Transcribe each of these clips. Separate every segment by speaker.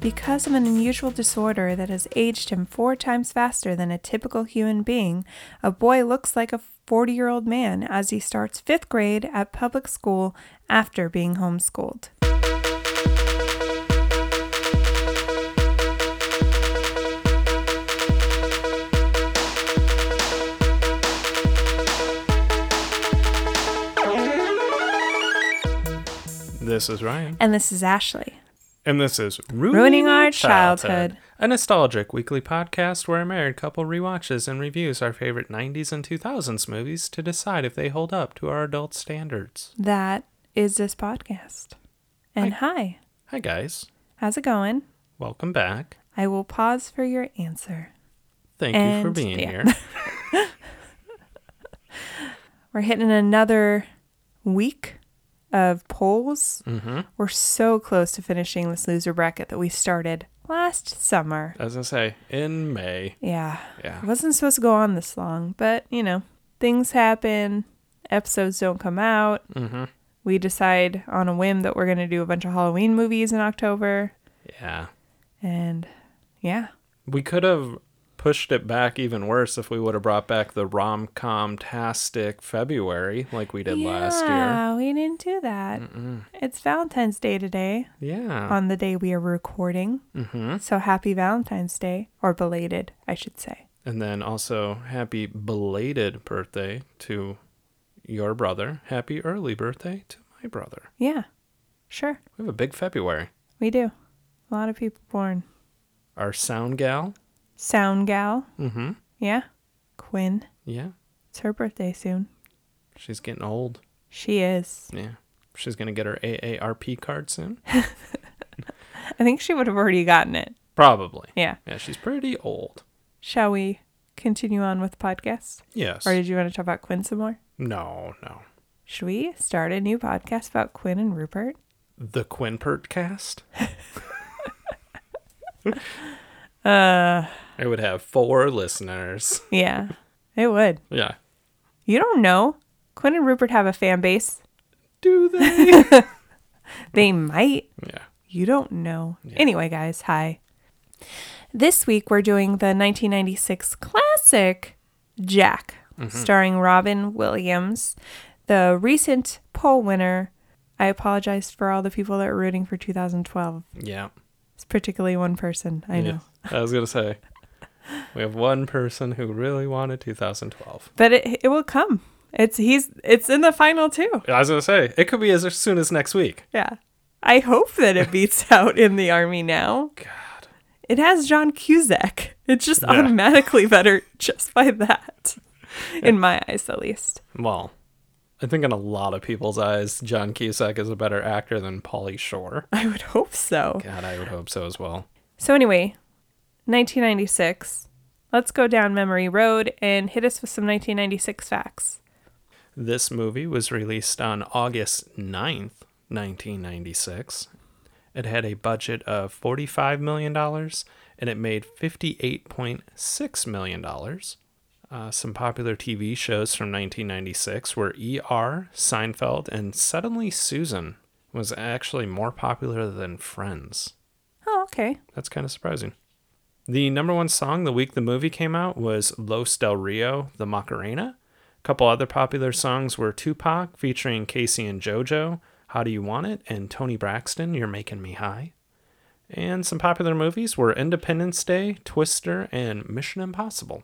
Speaker 1: because of an unusual disorder that has aged him four times faster than a typical human being, a boy looks like a 40 year old man as he starts fifth grade at public school after being homeschooled.
Speaker 2: This is Ryan.
Speaker 1: And this is Ashley.
Speaker 2: And this is
Speaker 1: Ruining Our Childhood.
Speaker 2: A nostalgic weekly podcast where a married couple rewatches and reviews our favorite 90s and 2000s movies to decide if they hold up to our adult standards.
Speaker 1: That is this podcast. And hi,
Speaker 2: Hi, guys.
Speaker 1: how's it going?
Speaker 2: Welcome back.
Speaker 1: I will pause for your answer.
Speaker 2: Thank you for
Speaker 1: And
Speaker 2: being
Speaker 1: the
Speaker 2: here.
Speaker 1: We're hitting another week of polls.
Speaker 2: hmm
Speaker 1: We're so close to finishing this loser bracket that we started last summer.
Speaker 2: As I say, in May.
Speaker 1: Yeah.
Speaker 2: Yeah.
Speaker 1: It wasn't supposed to go on this long, but you know, things happen, episodes don't come out.
Speaker 2: hmm
Speaker 1: We decide on a whim that we're going to do a bunch of Halloween movies in October.
Speaker 2: Yeah.
Speaker 1: And yeah,
Speaker 2: We could have pushed it back even worse if we would have brought back the rom com tastic February like we did
Speaker 1: yeah,
Speaker 2: last year.
Speaker 1: we didn't do that. It's Valentine's Day today,
Speaker 2: Yeah.
Speaker 1: on the day we are recording.
Speaker 2: hmm
Speaker 1: So happy Valentine's Day, or belated, I should say.
Speaker 2: And then also, happy belated birthday to your brother. Happy early birthday to my brother.
Speaker 1: Yeah, sure,
Speaker 2: We have a big February.
Speaker 1: we do. A lot of people born.
Speaker 2: Our sound gal.
Speaker 1: Sound gal,
Speaker 2: Mm-hmm.
Speaker 1: yeah. Quinn,
Speaker 2: Yeah.
Speaker 1: it's her birthday soon.
Speaker 2: She's getting old.
Speaker 1: She is.
Speaker 2: Yeah. She's going to get her AARP card soon.
Speaker 1: I think she would have already gotten it.
Speaker 2: Probably.
Speaker 1: Yeah.
Speaker 2: Yeah, she's pretty old.
Speaker 1: Shall we continue on with the podcast?
Speaker 2: Yes.
Speaker 1: Or did you want to talk about Quinn some more?
Speaker 2: No, no.
Speaker 1: Should we start a new podcast about Quinn and Rupert?
Speaker 2: The Quinpert cast?
Speaker 1: Uh,
Speaker 2: It would have four listeners.
Speaker 1: yeah, it would.
Speaker 2: Yeah.
Speaker 1: You don't know. Quinn and Rupert have a fan base.
Speaker 2: Do they?
Speaker 1: They might.
Speaker 2: yeah.
Speaker 1: You don't know. Anyway, guys, hi. This week we're doing the 1996 classic Jack, starring Robin Williams, the recent poll winner. I apologize for all the people that were rooting for 2012.
Speaker 2: Yeah.
Speaker 1: It's particularly one person. I know.
Speaker 2: I was gonna say we have one person who really wanted 2012.
Speaker 1: But it it will come. It's he's it's in the final too.
Speaker 2: I was gonna say it could be as soon as next week.
Speaker 1: Yeah. I hope that it beats out in the army now.
Speaker 2: God,
Speaker 1: It has John Cusack. It's just
Speaker 2: Yeah.
Speaker 1: automatically better just by that, in my eyes at least.
Speaker 2: well, I think in a lot of people's eyes, John Cusack is a better actor than Polly Shore.
Speaker 1: I would hope so.
Speaker 2: God, I would hope so as well.
Speaker 1: So, anyway, 1996. Let's go down memory road and hit us with some 1996 facts.
Speaker 2: This movie was released on August 9th, 1996. It had a budget of $45 million and it made $58.6 million. Uh, some popular TV shows from 1996 were ER, Seinfeld, and Suddenly Susan was actually more popular than Friends.
Speaker 1: Oh, okay.
Speaker 2: That's kind of surprising. The number one song the week the movie came out was Los Del Rio, The Macarena. A couple other popular songs were Tupac featuring Casey and JoJo, How Do You Want It, and Tony Braxton, You're Making Me High. And some popular movies were Independence Day, Twister, and Mission Impossible.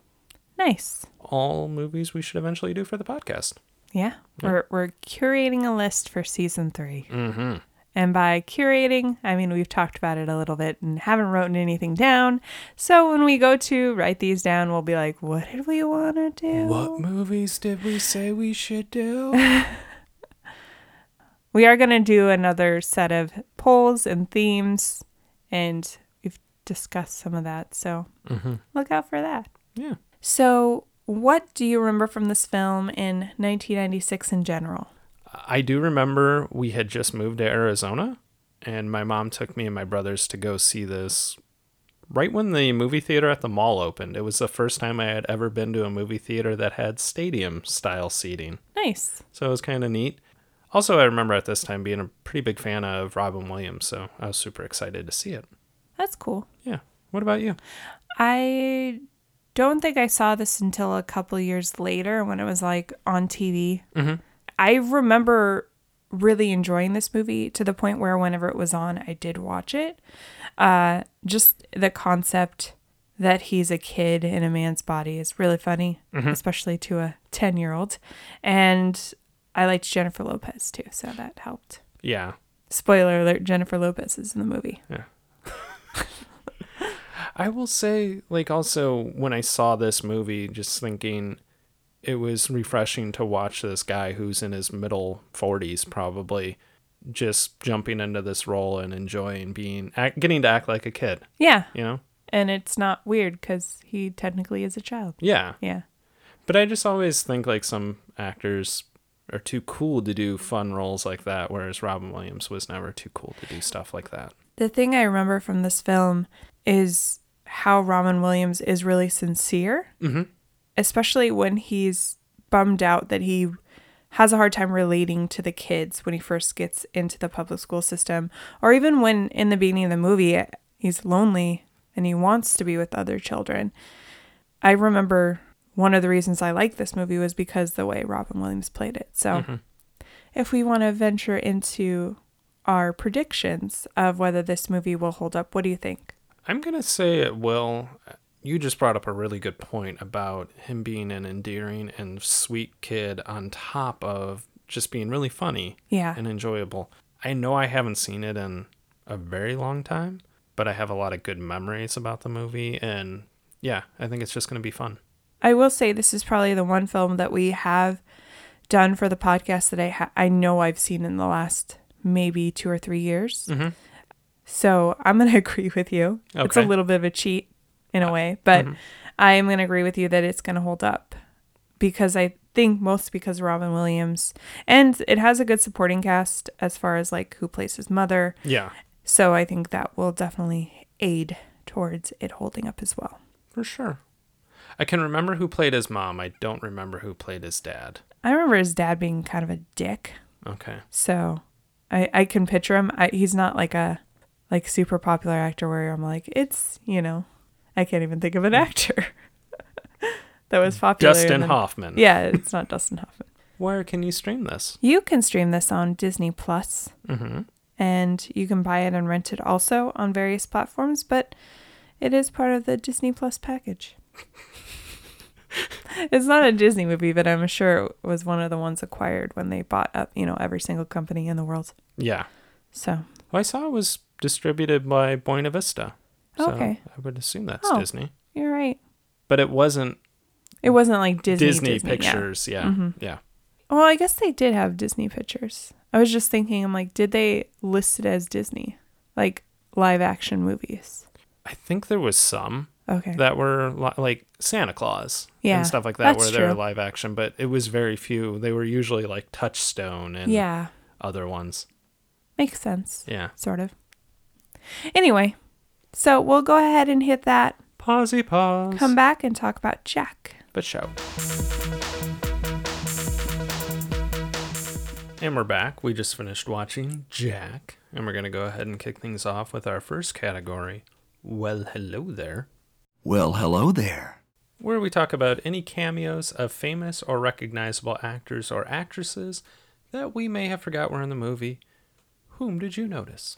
Speaker 1: Nice.
Speaker 2: All movies we should eventually do for the podcast.
Speaker 1: Yeah. We're, we're curating a list for season 3 Mm-hmm. And by curating, I mean we've talked about it a little bit and haven't written anything down. So, when we go to write these down, we'll be like, what did we want to do?
Speaker 2: What movies did we say we should do?
Speaker 1: We are going to do another set of polls and themes, and we've discussed some of that. So look out for that.
Speaker 2: yeah.
Speaker 1: So, what do you remember from this film in 1996 in general?
Speaker 2: I do remember we had just moved to Arizona, and my mom took me and my brothers to go see this right when the movie theater at the mall opened. It was the first time I had ever been to a movie theater that had stadium style seating.
Speaker 1: Nice.
Speaker 2: So it was kind of neat. Also, I remember at this time being a pretty big fan of Robin Williams, so I was super excited to see it.
Speaker 1: That's cool.
Speaker 2: Yeah. What about you?
Speaker 1: I don't think I saw this until a couple years later when it was like on TV.
Speaker 2: Mhm.
Speaker 1: I remember really enjoying this movie to the point where whenever it was on, I did watch it. Uh, just the concept that he's a kid in a man's body is really funny, especially to a 10 year old. And I liked Jennifer Lopez too, so that helped.
Speaker 2: Yeah.
Speaker 1: Spoiler alert Jennifer Lopez is in the movie.
Speaker 2: I will say, like, also when I saw this movie, just thinking it was refreshing to watch this guy who's in his middle 40s, probably just jumping into this role and enjoying being, act, getting to act like a kid,
Speaker 1: Yeah.
Speaker 2: you know?
Speaker 1: And it's not weird because he technically is a child.
Speaker 2: Yeah.
Speaker 1: Yeah.
Speaker 2: But I just always think, like, some actors are too cool to do fun roles like that, whereas Robin Williams was never too cool to do stuff like that.
Speaker 1: The thing I remember from this film is how Robin Williams is really sincere,
Speaker 2: Mhm.
Speaker 1: especially when he's bummed out that he has a hard time relating to the kids when he first gets into the public school system, or even when in the beginning of the movie he's lonely and he wants to be with other children. I remember one of the reasons I liked this movie was because the way Robin Williams played it. So if we want to venture into our predictions of whether this movie will hold up, what do you think?
Speaker 2: I'm gonna say it will. You just brought up a really good point about him being an endearing and sweet kid on top of just being really funny
Speaker 1: Yeah.
Speaker 2: and enjoyable. I know I haven't seen it in a very long time, but I have a lot of good memories about the movie and yeah, I think it's just gonna be fun.
Speaker 1: I will say this is probably the one film that we have done for the podcast that I ha- I know I've seen in the last maybe 2 or 3 years.
Speaker 2: Mhm.
Speaker 1: So, I'm going to agree with you. It's a
Speaker 2: Okay. Uh, mm-hmm.
Speaker 1: little bit of a cheat in a way, but I am going to agree with you that it's going to hold up because I think most because Robin Williams and it has a good supporting cast as far as like who plays his mother.
Speaker 2: Yeah,
Speaker 1: So I think that will definitely aid towards it holding up as well.
Speaker 2: for sure. I can remember who played his mom. I don't remember who played his dad.
Speaker 1: I remember his dad being kind of a dick,
Speaker 2: Okay.
Speaker 1: so I I can picture him. I, he's not like a like super popular actor where I'm like it's you know I can't even think of an actor that was popular.
Speaker 2: Mm. Dustin
Speaker 1: and then-
Speaker 2: Hoffman.
Speaker 1: Yeah, it's not Dustin Hoffman.
Speaker 2: Where can you stream this?
Speaker 1: You can stream this on Disney Plus,
Speaker 2: Mm-hmm.
Speaker 1: and you can buy it and rent it also on various platforms. But it is part of the Disney Plus package. it's not a Disney movie, but I'm sure it was one of the ones acquired when they bought up, you know, every single company in the world.
Speaker 2: Yeah.
Speaker 1: So
Speaker 2: Well, I saw it was distributed by Buena Vista. So
Speaker 1: Okay.
Speaker 2: I would assume that's
Speaker 1: Oh.
Speaker 2: Disney.
Speaker 1: you're right.
Speaker 2: But it wasn't
Speaker 1: It wasn't like Disney
Speaker 2: Disney,
Speaker 1: Disney, yeah. Mm-hmm.
Speaker 2: Pictures. Yeah. Yeah.
Speaker 1: Well, I guess they did have Disney pictures. I was just thinking, I'm like, did they list it as Disney, like live action movies?
Speaker 2: I think there was some
Speaker 1: Okay.
Speaker 2: that were li- like Santa Claus
Speaker 1: Yeah,
Speaker 2: and stuff like that
Speaker 1: that's
Speaker 2: where they were
Speaker 1: true.
Speaker 2: live action, but it was very few. They were usually like Touchstone and
Speaker 1: yeah,
Speaker 2: other ones.
Speaker 1: makes sense.
Speaker 2: Yeah.
Speaker 1: Sort of. Anyway, so we'll go ahead and hit that.
Speaker 2: Pausey pause.
Speaker 1: Come back and talk about Jack.
Speaker 2: But show. And we're back. We just finished watching Jack, and we're going to go ahead and kick things off with our first category. Well, hello there.
Speaker 3: Well, hello there.
Speaker 2: Where we talk about any cameos of famous or recognizable actors or actresses that we may have forgot were in the movie. Whom did you notice?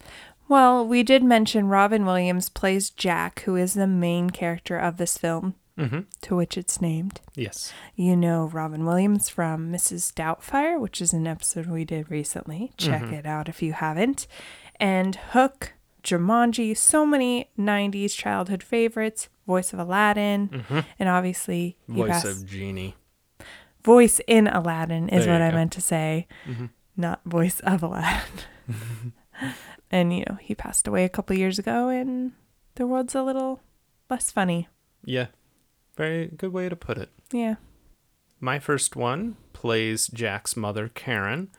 Speaker 1: Well, we did mention Robin Williams plays Jack, who is the main character of this film,
Speaker 2: Mhm.
Speaker 1: to which it's named.
Speaker 2: Yes.
Speaker 1: You know Robin Williams from Mrs. Doubtfire, which is an episode we did recently. Check
Speaker 2: Mm-hmm.
Speaker 1: it out if you haven't. And Hook, Jumanji, so many 90s childhood favorites, voice of Aladdin, and obviously he
Speaker 2: Mm-hmm. Voice
Speaker 1: passed-
Speaker 2: of Genie.
Speaker 1: voice in Aladdin is
Speaker 2: There
Speaker 1: what
Speaker 2: you
Speaker 1: I
Speaker 2: go. Mm-hmm.
Speaker 1: meant to say, not voice of Aladdin. and you know, he passed away a couple years ago, and the world's a little less funny.
Speaker 2: Yeah. Very good way to put it.
Speaker 1: Yeah,
Speaker 2: My first one plays Jack's mother, Karen.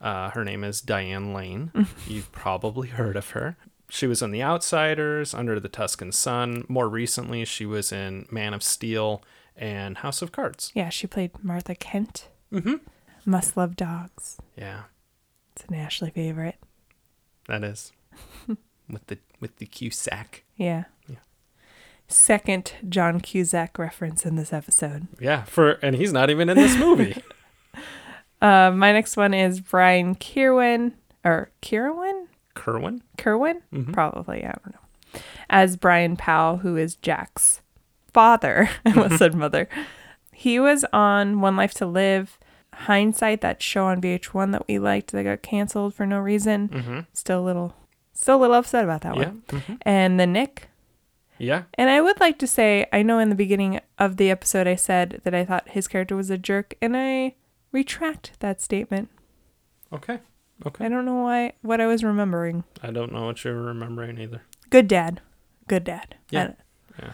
Speaker 2: Uh, her name is Diane Lane. You've probably heard of her. She was in The Outsiders, Under the Tuscan Sun. More recently, she was in Man of Steel and House of Cards.
Speaker 1: yeah. She played Martha Kent.
Speaker 2: Mm-hmm.
Speaker 1: Must love dogs.
Speaker 2: Yeah,
Speaker 1: It's an Ashley favorite.
Speaker 2: that is with the with the Cusack.
Speaker 1: Yeah.
Speaker 2: Yeah.
Speaker 1: Second John Cusack reference in this episode.
Speaker 2: Yeah, for and he's not even in this movie.
Speaker 1: Uh, my next one is Brian Kirwan or Kirwan?
Speaker 2: Kerwin?
Speaker 1: Kerwin?
Speaker 2: Mm-hmm.
Speaker 1: Probably. I don't know. As Brian Powell, who is Jack's father, I almost said mother. He was on One Life to Live, Hindsight, that show on VH1 that we liked that got canceled for no reason.
Speaker 2: Mm-hmm.
Speaker 1: Still a little, still a little upset about that
Speaker 2: Mm. Yeah.
Speaker 1: one. And the Nick.
Speaker 2: Yeah.
Speaker 1: And I would like to say, I know in the beginning of the episode I said that I thought his character was a jerk, and I retract that statement.
Speaker 2: Okay. Okay.
Speaker 1: I don't know why what I was remembering.
Speaker 2: I don't know what you're remembering either.
Speaker 1: Good dad. Good dad.
Speaker 2: Yeah.
Speaker 1: I don't-
Speaker 2: Yeah.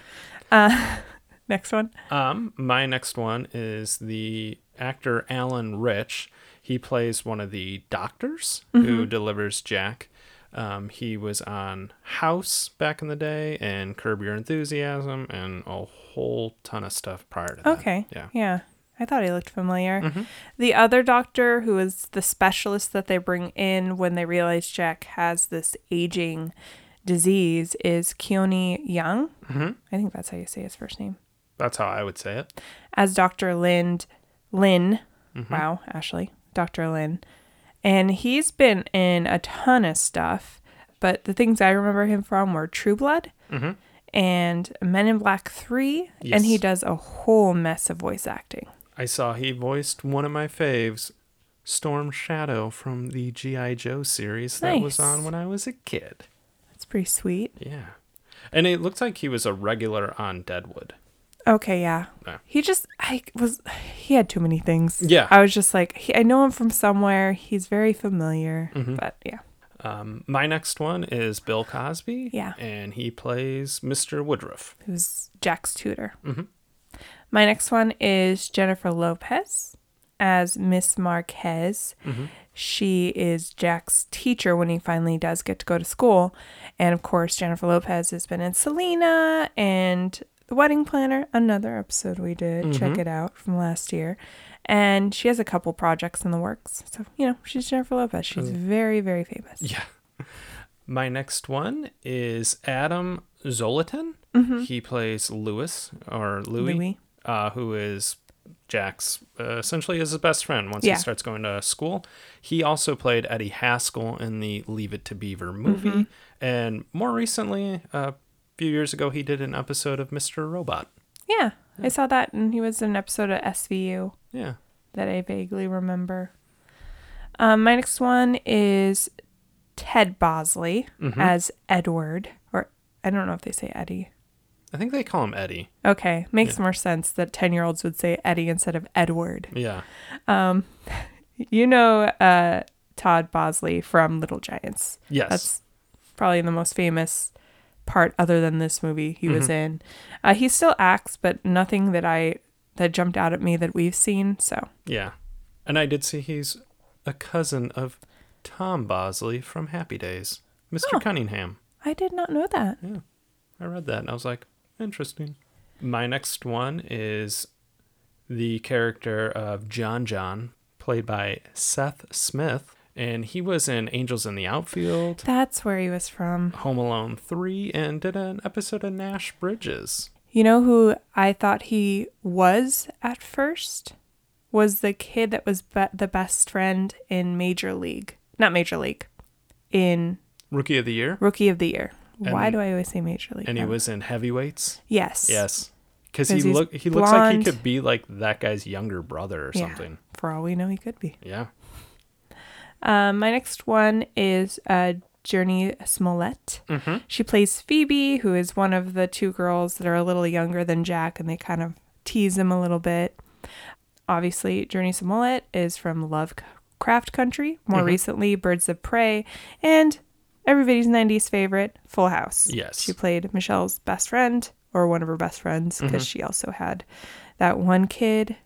Speaker 1: Uh, next one.
Speaker 2: Um, my next one is the actor Alan Rich. He plays one of the doctors
Speaker 1: Mm-hmm.
Speaker 2: who delivers Jack. Um, he was on House back in the day and Curb Your Enthusiasm and a whole ton of stuff prior to that.
Speaker 1: Okay.
Speaker 2: Yeah. Mm-hmm.
Speaker 1: I thought he looked familiar. The other doctor, who is the specialist that they bring in when they realize Jack has this aging disease, is Keone Young. Mm-hmm. I think that's how you say his first name.
Speaker 2: That's how I would say it.
Speaker 1: as Dr. Lind Lynn.
Speaker 2: Mm-hmm.
Speaker 1: Wow, Ashley. Dr. Lynn. And he's been in a ton of stuff, but the things I remember him from were True Blood and Men in Black 3.
Speaker 2: Mm-hmm. Yes.
Speaker 1: And he does a whole mess of voice acting.
Speaker 2: I saw he voiced one of my faves, Storm Shadow from the G.I. Joe series that was
Speaker 1: Nice.
Speaker 2: on when I was a kid.
Speaker 1: That's pretty sweet.
Speaker 2: Yeah. And it looked like he was a regular on Deadwood.
Speaker 1: Okay, yeah.
Speaker 2: Yeah.
Speaker 1: He just, I was, he had too many things.
Speaker 2: Yeah.
Speaker 1: I was just like, he, I know him from somewhere. He's very familiar,
Speaker 2: Mm-hmm.
Speaker 1: but yeah.
Speaker 2: Um, my next one is Bill Cosby.
Speaker 1: Yeah.
Speaker 2: And he plays Mr. Woodruff.
Speaker 1: who's Jack's tutor. My next one is Jennifer Lopez as Miss Marquez. She is Jack's teacher when he finally does get to go to school. And of course, Jennifer Lopez has been in Selena and The Wedding Planner, another episode we did. Check it out from last year. And she has a couple projects in the works. So, you know, she's Jennifer Lopez. She's very, very famous.
Speaker 2: Yeah. My next one is Adam Zolotin. He plays Louis or Louis,
Speaker 1: Mm-hmm. Louis.
Speaker 2: Uh, who is Jack's uh, essentially is his best friend once
Speaker 1: Yeah.
Speaker 2: he starts going to school. He also played Eddie Haskell in the Leave It to Beaver movie,
Speaker 1: Mm-hmm.
Speaker 2: and more recently, a few years ago, he did an episode of Mr. Robot.
Speaker 1: Yeah. I saw that and he was in an episode of SVU.
Speaker 2: Yeah.
Speaker 1: that I vaguely remember. Um, my next one is Ted Bosley as Edward, or I don't know if they say Eddie.
Speaker 2: I think they call him Eddie.
Speaker 1: Okay, makes more sense that 10 year olds would say Eddie instead of Edward.
Speaker 2: Yeah.
Speaker 1: You know uh, Todd Bosley from Little Giants.
Speaker 2: Yes.
Speaker 1: That's probably the most famous part other than this movie he was in. Uh, he still acts, but nothing that I that jumped out at me that we've seen. So
Speaker 2: Yeah. And I did see he's a cousin of Tom Bosley from Happy Days, Mr. Cunningham.
Speaker 1: I did not know that.
Speaker 2: I read that and I was like, interesting. My next one is the character of John John, played by Seth Smith. And he was in Angels in the Outfield,
Speaker 1: That's where he was from.
Speaker 2: Home Alone 3, and did an episode of Nash Bridges.
Speaker 1: You know who I thought he was at first? Was the kid that was be- the best friend in Major League. Not Major League. In
Speaker 2: Rookie of the Year.
Speaker 1: Rookie of the Year. Why
Speaker 2: And-
Speaker 1: do I always say Major League?
Speaker 2: And he
Speaker 1: now?
Speaker 2: was in Heavyweights.
Speaker 1: Yes.
Speaker 2: Yes. Because
Speaker 1: 'Cause
Speaker 2: he,
Speaker 1: he's
Speaker 2: look, he looks like he
Speaker 1: blonde.
Speaker 2: could be like that guy's younger brother or
Speaker 1: Yeah.
Speaker 2: something.
Speaker 1: For all we know, he could be.
Speaker 2: Yeah.
Speaker 1: Um, my next one is uh, Journey Smollett. She plays Phoebe, who is one of the two girls that are a little younger than Jack, and they kind of tease him a little bit. Obviously, Journey Smollett is from Lovecraft Country, more recently, Birds of Prey, and everybody's 90s favorite, Full House.
Speaker 2: Yes.
Speaker 1: She played Michelle's best friend, or one of her best friends, because she also had that one kid.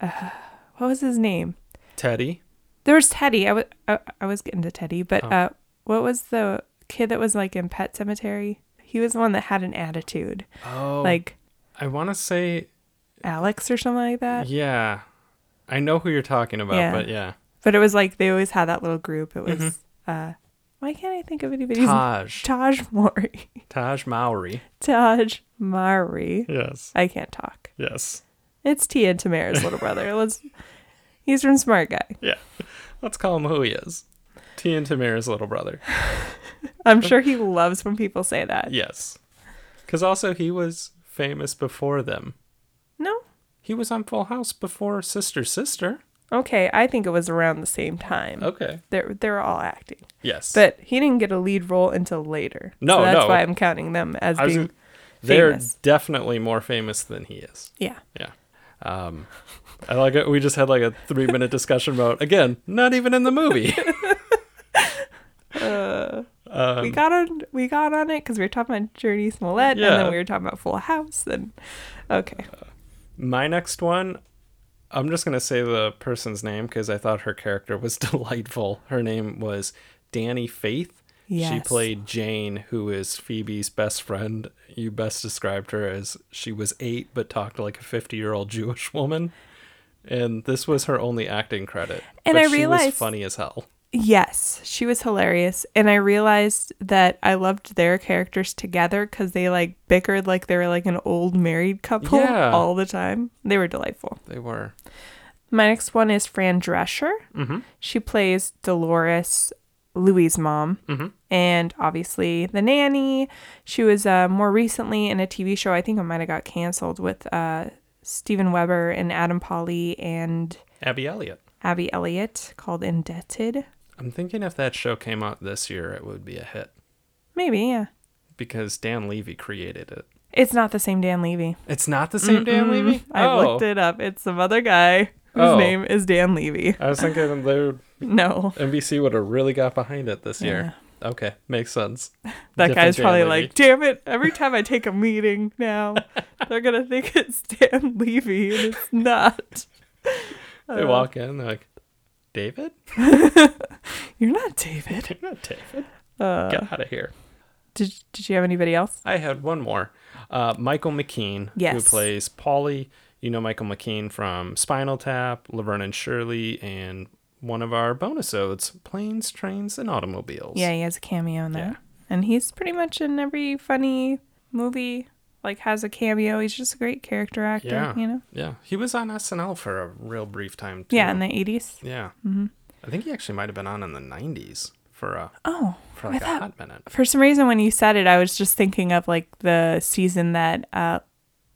Speaker 1: Uh, what was his name?
Speaker 2: Teddy.
Speaker 1: There was Teddy. I was I, I was getting to Teddy, but
Speaker 2: Oh.
Speaker 1: uh, what was the kid that was like in Pet Cemetery? He was the one that had an attitude,
Speaker 2: Oh,
Speaker 1: like
Speaker 2: I want to say,
Speaker 1: Alex or something like
Speaker 2: Mm-hmm.
Speaker 1: that.
Speaker 2: yeah. I know who you're talking about,
Speaker 1: Yeah.
Speaker 2: but yeah. Mm-hmm.
Speaker 1: But it was like they always had that little group. It was uh, Why can't I think of anybody's
Speaker 2: Taj.
Speaker 1: Taj Mori.
Speaker 2: Taj Mowry.
Speaker 1: Taj Mari.
Speaker 2: Yes.
Speaker 1: I can't talk.
Speaker 2: Yes.
Speaker 1: It's Tia and Tamara's little brother. Let's. He's from Smart Guy.
Speaker 2: Yeah. Let's call him who he is. T and Tamara's little brother.
Speaker 1: I'm sure he loves when people say that.
Speaker 2: Yes. Because also he was famous before them.
Speaker 1: No.
Speaker 2: He was on Full House before Sister Sister.
Speaker 1: Okay, I think it was around the same time.
Speaker 2: Okay.
Speaker 1: They're they're all acting,
Speaker 2: Yes.
Speaker 1: but he didn't get a lead role until later.
Speaker 2: No,
Speaker 1: so that's
Speaker 2: no.
Speaker 1: why I'm counting them as
Speaker 2: I was
Speaker 1: being.
Speaker 2: gonna- they're
Speaker 1: famous.
Speaker 2: definitely more famous than he is.
Speaker 1: yeah,
Speaker 2: Yeah. Um, I like it. We just had like a three minute discussion about again, not even in the movie.
Speaker 1: Uh,
Speaker 2: Uh, Um,
Speaker 1: we got on we got on it because we were talking about Journey Smollett, and
Speaker 2: Yeah.
Speaker 1: then we were talking about Full House, and okay,
Speaker 2: My next one, I'm just gonna say the person's name because I thought her character was delightful. Her name was Danny Faith. She
Speaker 1: Yes.
Speaker 2: played Jane, who is Phoebe's best friend. You best described her as she was eight but talked like a 50 year old Jewish woman. And this was her only acting credit.
Speaker 1: And I
Speaker 2: but she was
Speaker 1: realized-
Speaker 2: funny as hell.
Speaker 1: yes, she was hilarious, and I realized that I loved their characters together because they like bickered like they were like an old married couple
Speaker 2: Yeah.
Speaker 1: all the time. They were delightful.
Speaker 2: They were.
Speaker 1: My next one is Fran Drescher. Mm-hmm. She plays Dolores, Louie's mom,
Speaker 2: Mm-hmm.
Speaker 1: and obviously the nanny. She was uh, more recently in a TV show. I think it might have got canceled with uh, Steven Weber and Adam Polly and
Speaker 2: Abby Elliott.
Speaker 1: Abby Elliott called Indebted.
Speaker 2: I'm thinking if that show came out this year, it would be a hit
Speaker 1: Maybe yeah.
Speaker 2: because Dan Levy created it.
Speaker 1: It's not the same Dan Levy.
Speaker 2: It's not the same Dan Levy.
Speaker 1: I looked it up. It's some other guy whose
Speaker 2: Oh.
Speaker 1: name is Dan Levy.
Speaker 2: I was thinking they
Speaker 1: No,
Speaker 2: NBC would have really got behind it this year. Okay, makes sense.
Speaker 1: that
Speaker 2: Different
Speaker 1: guy's
Speaker 2: Dan
Speaker 1: probably
Speaker 2: Levy.
Speaker 1: like, "Damn it! Every time I take a meeting now, they're gonna think it's Dan Levy, and it's not.
Speaker 2: They
Speaker 1: uh,
Speaker 2: walk in, they're like, David?
Speaker 1: You're not David." Uh,
Speaker 2: You're not David. Get out of here.
Speaker 1: Did Did you have anybody else?
Speaker 2: I had one more. Uh, Michael McKean, who
Speaker 1: Yes.
Speaker 2: plays Polly. You know Michael McKean from Spinal Tap, Laverne and Shirley, and one of our bonus odes, Planes, Trains, and Automobiles.
Speaker 1: Yeah, he has a cameo in that,
Speaker 2: Yeah.
Speaker 1: and he's pretty much in every funny movie. Like has a cameo. He's just a great character actor.
Speaker 2: Yeah.
Speaker 1: You know.
Speaker 2: Yeah. He was on SNL for a real brief time, too.
Speaker 1: Yeah, in the '80s.
Speaker 2: Yeah. Mm-hmm. I think he actually might have been on in the 90s for a,
Speaker 1: Oh,
Speaker 2: for like a hot minute.
Speaker 1: for some reason when you said it, I was just thinking of like the season that uh,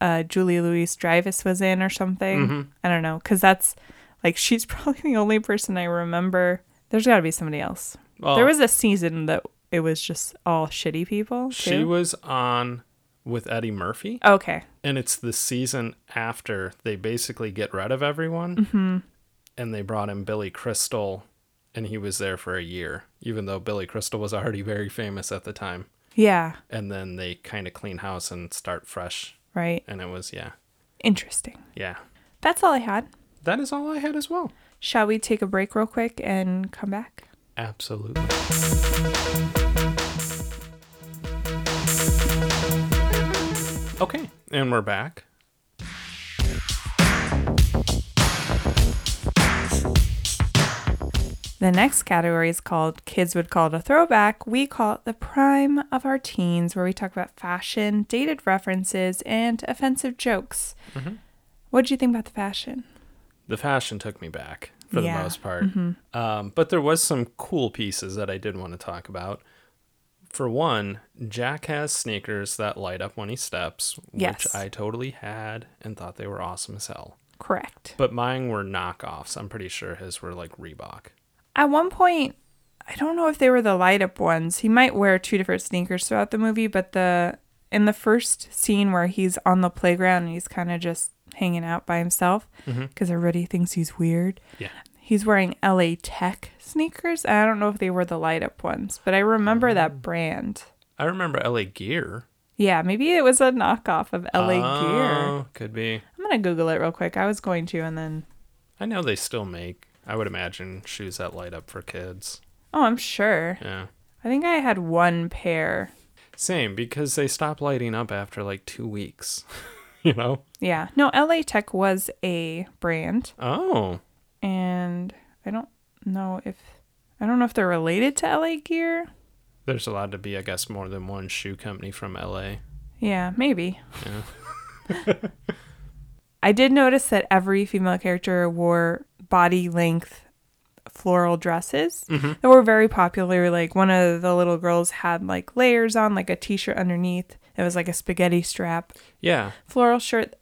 Speaker 1: uh, Julie Louise Dreyfus was in or something.
Speaker 2: Mm-hmm.
Speaker 1: I don't know, because that's like she's probably the only person I remember. There's got to be somebody else.
Speaker 2: Well-
Speaker 1: there was a season that it was just all shitty people.
Speaker 2: She
Speaker 1: too.
Speaker 2: was on with Eddie Murphy.
Speaker 1: okay.
Speaker 2: and it's the season after they basically get rid of everyone
Speaker 1: Mm-hmm.
Speaker 2: and they brought in billy crystal and he was there for a year even though billy crystal was already very famous at the time
Speaker 1: Yeah.
Speaker 2: and then they kind of clean house and start fresh
Speaker 1: Right.
Speaker 2: and it was yeah
Speaker 1: Interesting.
Speaker 2: yeah
Speaker 1: That's all I had.
Speaker 2: that is all i had as well
Speaker 1: Shall we take a break real quick and come back?
Speaker 2: absolutely okay and we're back
Speaker 1: The next category is called Kids Would Call It a Throwback. We call it the Prime of Our Teens, where we talk about fashion, dated references, and offensive jokes. What did you think about the fashion?
Speaker 2: the fashion took me back for the
Speaker 1: Yeah. Mm-hmm.
Speaker 2: most part. Um, but there was some cool pieces that I did want to talk about. For one, Jack has sneakers that light up when he steps, which
Speaker 1: Yes.
Speaker 2: I totally had and thought they were awesome as hell.
Speaker 1: Correct.
Speaker 2: But mine were knockoffs. I'm pretty sure his were like Reebok.
Speaker 1: At one point, I don't know if they were the light up ones. He might wear two different sneakers throughout the movie, but the in the first scene where he's on the playground and he's kind of just hanging out by himself because everybody thinks he's weird.
Speaker 2: Yeah.
Speaker 1: He's wearing LA Tech sneakers. I don't know if they were the light up ones, but I remember that brand.
Speaker 2: I remember LA Gear.
Speaker 1: Yeah, maybe it was a knockoff of LA Gear.
Speaker 2: Oh, Could be.
Speaker 1: I'm going to Google it real quick. I was going to, and then,
Speaker 2: I know they still make, I would imagine, shoes that light up for kids.
Speaker 1: oh, I'm sure.
Speaker 2: Yeah.
Speaker 1: I think I had one pair.
Speaker 2: Same, because they stopped lighting up after like two weeks. you know?
Speaker 1: Yeah. No, LA Tech was a brand,
Speaker 2: Oh.
Speaker 1: and I don't know if, I don't know if they're related to LA Gear.
Speaker 2: There's allowed to be, I guess, more than one shoe company from LA.
Speaker 1: Yeah, maybe. I did notice that every female character wore body length floral dresses that were very popular. Like one of the little girls had like layers on, like a t shirt underneath. It was like a spaghetti strap,
Speaker 2: Yeah.
Speaker 1: floral shirt,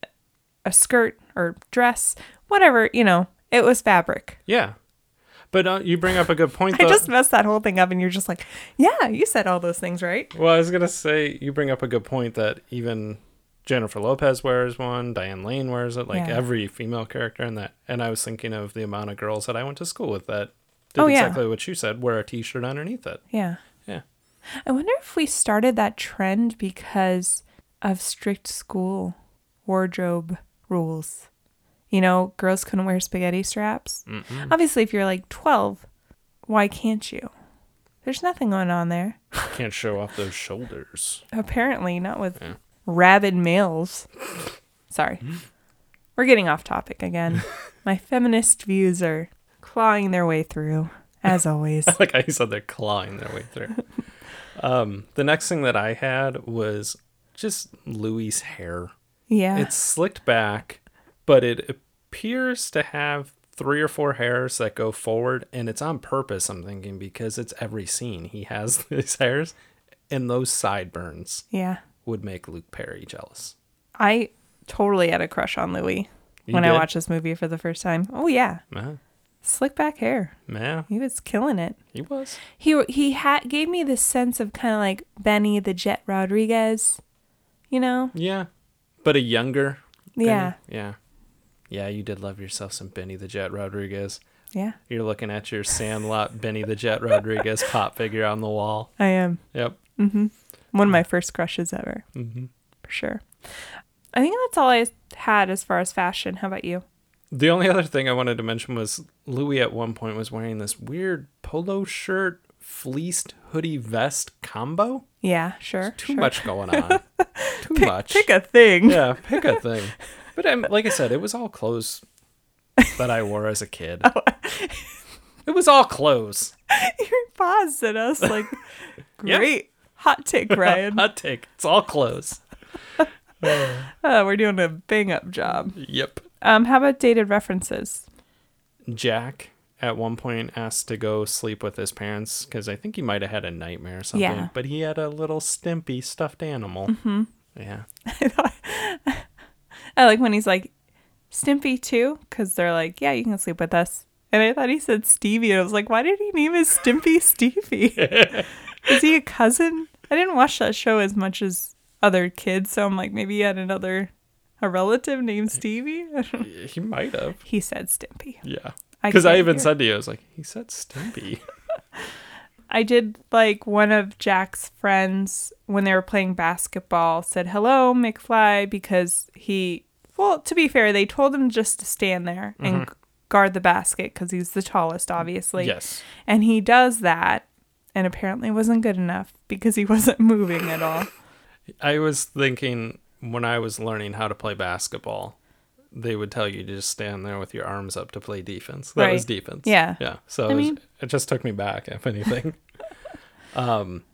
Speaker 1: a skirt or dress, whatever, you know, it was fabric.
Speaker 2: Yeah. But uh, you bring up a good point,
Speaker 1: I
Speaker 2: though.
Speaker 1: just messed that whole thing up and you're just like, yeah, you said all those things, right?
Speaker 2: Well, I was gonna say you bring up a good point that even Jennifer Lopez wears one, Diane Lane wears it, like
Speaker 1: Yeah.
Speaker 2: every female character in that. And I was thinking of the amount of girls that I went to school with that did
Speaker 1: Oh, yeah.
Speaker 2: exactly what you said, wear a T-shirt underneath it.
Speaker 1: Yeah.
Speaker 2: Yeah,
Speaker 1: I wonder if we started that trend because of strict school wardrobe rules. You know, girls couldn't wear spaghetti straps. Obviously, if you're like 12, why can't you? There's nothing going on there.
Speaker 2: can't show off those shoulders.
Speaker 1: Apparently, not with rabid males. Sorry.
Speaker 2: Mm-hmm.
Speaker 1: We're getting off topic again. My feminist views are clawing their way through, as always.
Speaker 2: like I said, they're clawing their way through. um, the next thing that I had was just Louis' hair.
Speaker 1: Yeah.
Speaker 2: It's slicked back, but it appears to have three or four hairs that go forward, and it's on purpose, I'm thinking, because it's every scene. He has these hairs, and those sideburns
Speaker 1: yeah.
Speaker 2: would make Luke Perry jealous.
Speaker 1: I totally had a crush on Louis
Speaker 2: You
Speaker 1: when I
Speaker 2: did?
Speaker 1: watched this movie for the first time. Oh yeah,
Speaker 2: Uh,
Speaker 1: slick back hair.
Speaker 2: yeah,
Speaker 1: He was killing it.
Speaker 2: he was.
Speaker 1: He he ha- gave me this sense of kind of like Benny the Jet Rodriguez, you know?
Speaker 2: Yeah, but a younger. Benny.
Speaker 1: Yeah.
Speaker 2: Yeah. Yeah, you did love yourself some Benny the Jet Rodriguez.
Speaker 1: Yeah,
Speaker 2: You're looking at your Sandlot Benny the Jet Rodriguez pop figure on the wall.
Speaker 1: I am
Speaker 2: Yep.
Speaker 1: one of my first crushes ever, mm-hmm. for sure. I think that's all I had as far as fashion. How about you?
Speaker 2: The only other thing I wanted to mention was Louis at one point was wearing this weird polo shirt, fleeced hoodie vest combo.
Speaker 1: Yeah, sure.
Speaker 2: Too
Speaker 1: sure.
Speaker 2: much going on. Too much.
Speaker 1: Pick a thing.
Speaker 2: yeah, pick a thing. But um, like I said, it was all clothes that I wore as a kid.
Speaker 1: Oh.
Speaker 2: it was all clothes.
Speaker 1: You paused at us like,
Speaker 2: Yeah.
Speaker 1: great hot take, Brian.
Speaker 2: Hot take. It's all clothes.
Speaker 1: Uh, we're doing a bang up job.
Speaker 2: Yep.
Speaker 1: Um, how about dated references?
Speaker 2: Jack at one point asked to go sleep with his parents because I think he might have had a nightmare or something.
Speaker 1: Yeah. Mm-hmm.
Speaker 2: But he had a little stimpy stuffed animal. Yeah.
Speaker 1: I like when he's like Stimpy too, because they're like, yeah, you can sleep with us. And I thought he said Stevie, and I was like, why did he name his Stimpy Stevie? Is he a cousin? I didn't watch that show as much as other kids, so I'm like, maybe he had another a relative named Stevie. I don't know.
Speaker 2: He might have.
Speaker 1: he said Stimpy.
Speaker 2: Yeah.
Speaker 1: I
Speaker 2: Because I,
Speaker 1: can't
Speaker 2: even
Speaker 1: hear.
Speaker 2: said to you, I was like, he said Stimpy.
Speaker 1: I did like one of Jack's friends when they were playing basketball said hello McFly because he well to be fair they told him just to stand there and
Speaker 2: Mm-hmm.
Speaker 1: guard the basket because he's the
Speaker 2: Mm,
Speaker 1: tallest obviously
Speaker 2: yes.
Speaker 1: and he does that and apparently wasn't good enough because he wasn't moving at all
Speaker 2: I was thinking when I was learning how to play basketball, they would tell you to just stand there with your arms up to play defense. That was
Speaker 1: Right.
Speaker 2: defense.
Speaker 1: Yeah.
Speaker 2: Yeah. So
Speaker 1: I
Speaker 2: it, was-
Speaker 1: mean-
Speaker 2: it just took me back, if anything. um,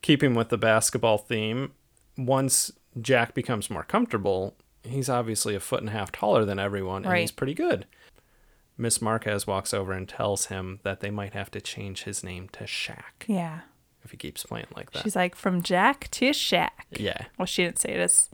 Speaker 2: keeping with the basketball theme, once Jack becomes more comfortable, he's obviously a foot and a half taller than everyone, and he's
Speaker 1: Right.
Speaker 2: pretty good. Miss Marquez walks over and tells him that they might have to change his name to Shaq
Speaker 1: yeah
Speaker 2: if he keeps playing like that.
Speaker 1: she's like from Jack to Shaq
Speaker 2: yeah.
Speaker 1: well she didn't say it as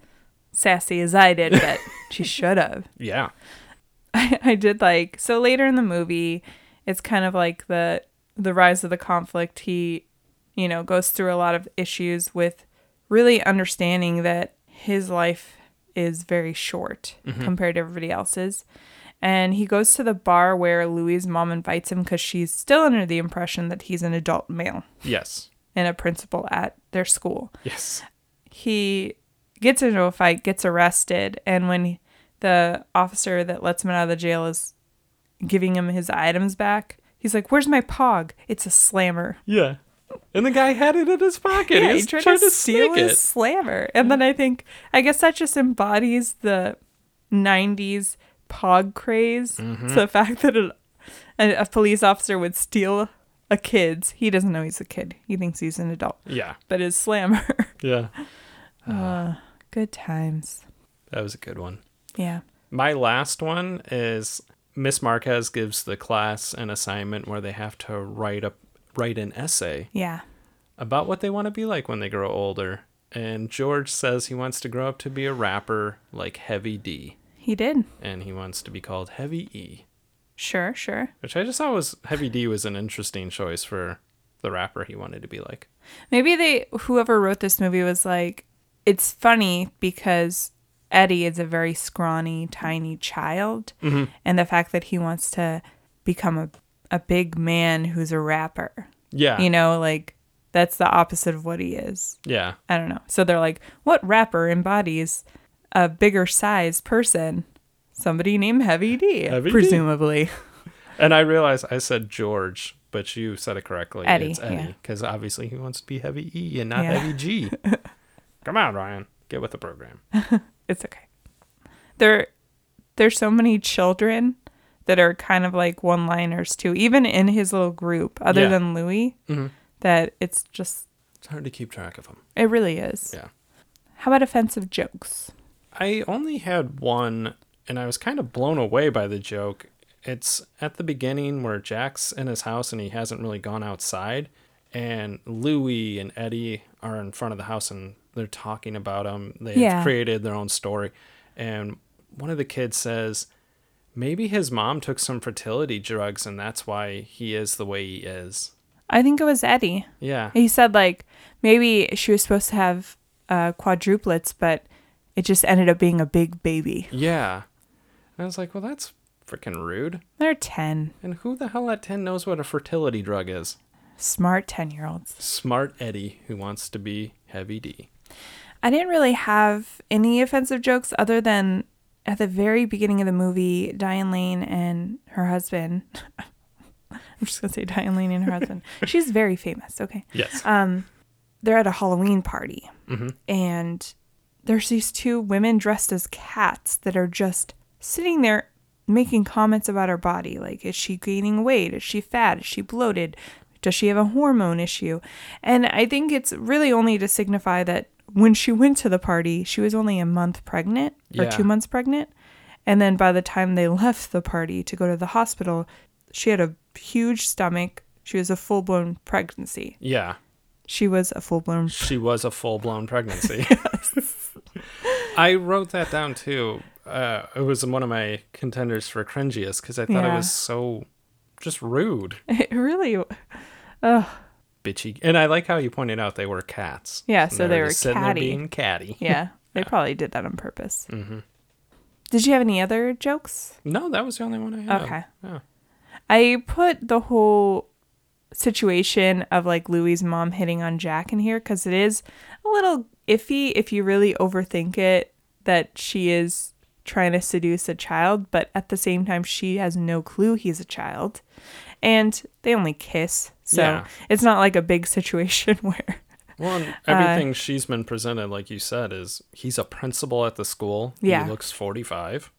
Speaker 1: sassy as I did but she should have
Speaker 2: Yeah.
Speaker 1: I did like so later in the movie, it's kind of like the the rise of the conflict. He, you know, goes through a lot of issues with really understanding that his life is very short compared to everybody else's. And he goes to the bar where Louis's mom invites him because she's still under the impression that he's an adult male
Speaker 2: Yes.
Speaker 1: and a principal at their school
Speaker 2: Yes.
Speaker 1: he gets into a fight, gets arrested, and when the officer that lets him out of the jail is giving him his items back, he's like, "Where's my pog? It's a slammer."
Speaker 2: Yeah. And the guy had it in his pocket. he,
Speaker 1: he
Speaker 2: was
Speaker 1: tried
Speaker 2: trying
Speaker 1: to, steal
Speaker 2: sneak
Speaker 1: his slammer, and then I think I guess that just embodies the '90s
Speaker 2: Mm-hmm.
Speaker 1: pog craze. It's the fact that an, a, a police officer would steal a kid's. He doesn't know he's a kid. He thinks he's an adult.
Speaker 2: Yeah.
Speaker 1: But his slammer.
Speaker 2: Yeah.
Speaker 1: Uh, good times.
Speaker 2: That was a good one.
Speaker 1: Yeah.
Speaker 2: My last one is Miss Marquez gives the class an assignment where they have to write a write an essay
Speaker 1: Yeah.
Speaker 2: about what they want to be like when they grow older. And George says he wants to grow up to be a rapper like Heavy D,
Speaker 1: He did.
Speaker 2: and he wants to be called Heavy E,
Speaker 1: Sure, sure.
Speaker 2: which I just thought was Heavy D was an interesting choice for the rapper he wanted to be like.
Speaker 1: Maybe they whoever wrote this movie was like, it's funny because Eddie is a very scrawny, tiny child,
Speaker 2: Mm-hmm.
Speaker 1: and the fact that he wants to become a a big man who's a rapper,
Speaker 2: Yeah.
Speaker 1: you know, like that's the opposite of what he is.
Speaker 2: Yeah.
Speaker 1: I don't know. So they're like, what rapper embodies a bigger sized person? Somebody named Heavy D,
Speaker 2: Heavy D.
Speaker 1: presumably.
Speaker 2: And I realized I said George, but you said it correctly.
Speaker 1: Eddie,
Speaker 2: it's
Speaker 1: yeah.
Speaker 2: Eddie, because obviously he wants to be heavy E and not
Speaker 1: Yeah.
Speaker 2: heavy G. Come on, Ryan, get with the program.
Speaker 1: It's okay. There there's so many children that are kind of like one liners too, even in his little group, other
Speaker 2: Yeah. Mm-hmm.
Speaker 1: than Louis, that it's just
Speaker 2: It's hard to keep track of them.
Speaker 1: it really is.
Speaker 2: Yeah.
Speaker 1: How about offensive jokes?
Speaker 2: I only had one, and I was kind of blown away by the joke. It's at the beginning where Jack's in his house and he hasn't really gone outside, and Louie and Eddie are in front of the house and they're talking about him. They've
Speaker 1: Yeah.
Speaker 2: created their own story, and one of the kids says, "Maybe his mom took some fertility drugs and that's why he is the way he is."
Speaker 1: I think it was Eddie.
Speaker 2: Yeah,
Speaker 1: He said like maybe she was supposed to have uh, quadruplets, but it just ended up being a big baby.
Speaker 2: yeah. And I was like, "Well, that's freaking rude."
Speaker 1: They're ten,
Speaker 2: And who the hell at ten knows what a fertility drug is?
Speaker 1: smart ten year olds.
Speaker 2: smart Eddie who wants to be heavy D.
Speaker 1: I didn't really have any offensive jokes other than at the very beginning of the movie, Diane Lane and her husband. I'm just gonna say Diane Lane and her husband. She's very famous. Okay,
Speaker 2: Yes.
Speaker 1: Uh, they're at a Halloween party, and there's these two women dressed as cats that are just sitting there making comments about her body. Like, is she gaining weight? Is she fat? Is she bloated? Does she have a hormone issue? And I think it's really only to signify that when she went to the party, she was only a month pregnant or
Speaker 2: Yeah.
Speaker 1: two months pregnant. And then by the time they left the party to go to the hospital, she had a huge stomach. She was a full blown pregnancy.
Speaker 2: yeah.
Speaker 1: She was a full blown
Speaker 2: She was a full blown pregnancy. I wrote that down too. Uh, it was one of my contenders for cringiest because I thought it
Speaker 1: Yeah.
Speaker 2: was so just rude,
Speaker 1: It really,
Speaker 2: bitchy. And I like how you pointed out they were cats.
Speaker 1: Yeah,
Speaker 2: And
Speaker 1: so they were
Speaker 2: just sitting there
Speaker 1: catty.
Speaker 2: being catty.
Speaker 1: yeah, they probably did that on purpose. Mm-hmm. Did you have any other jokes?
Speaker 2: No, that was the only one I had.
Speaker 1: Okay.
Speaker 2: Yeah.
Speaker 1: I put the whole situation of like Louie's mom hitting on Jack in here because it is a little iffy if you really overthink it that she is trying to seduce a child, but at the same time, she has no clue he's a child. And they only kiss. So
Speaker 2: Yeah.
Speaker 1: it's not like a big situation where. Uh,
Speaker 2: Well, and everything she's been presented, like you said, is he's a principal at the school.
Speaker 1: Yeah.
Speaker 2: He looks 45.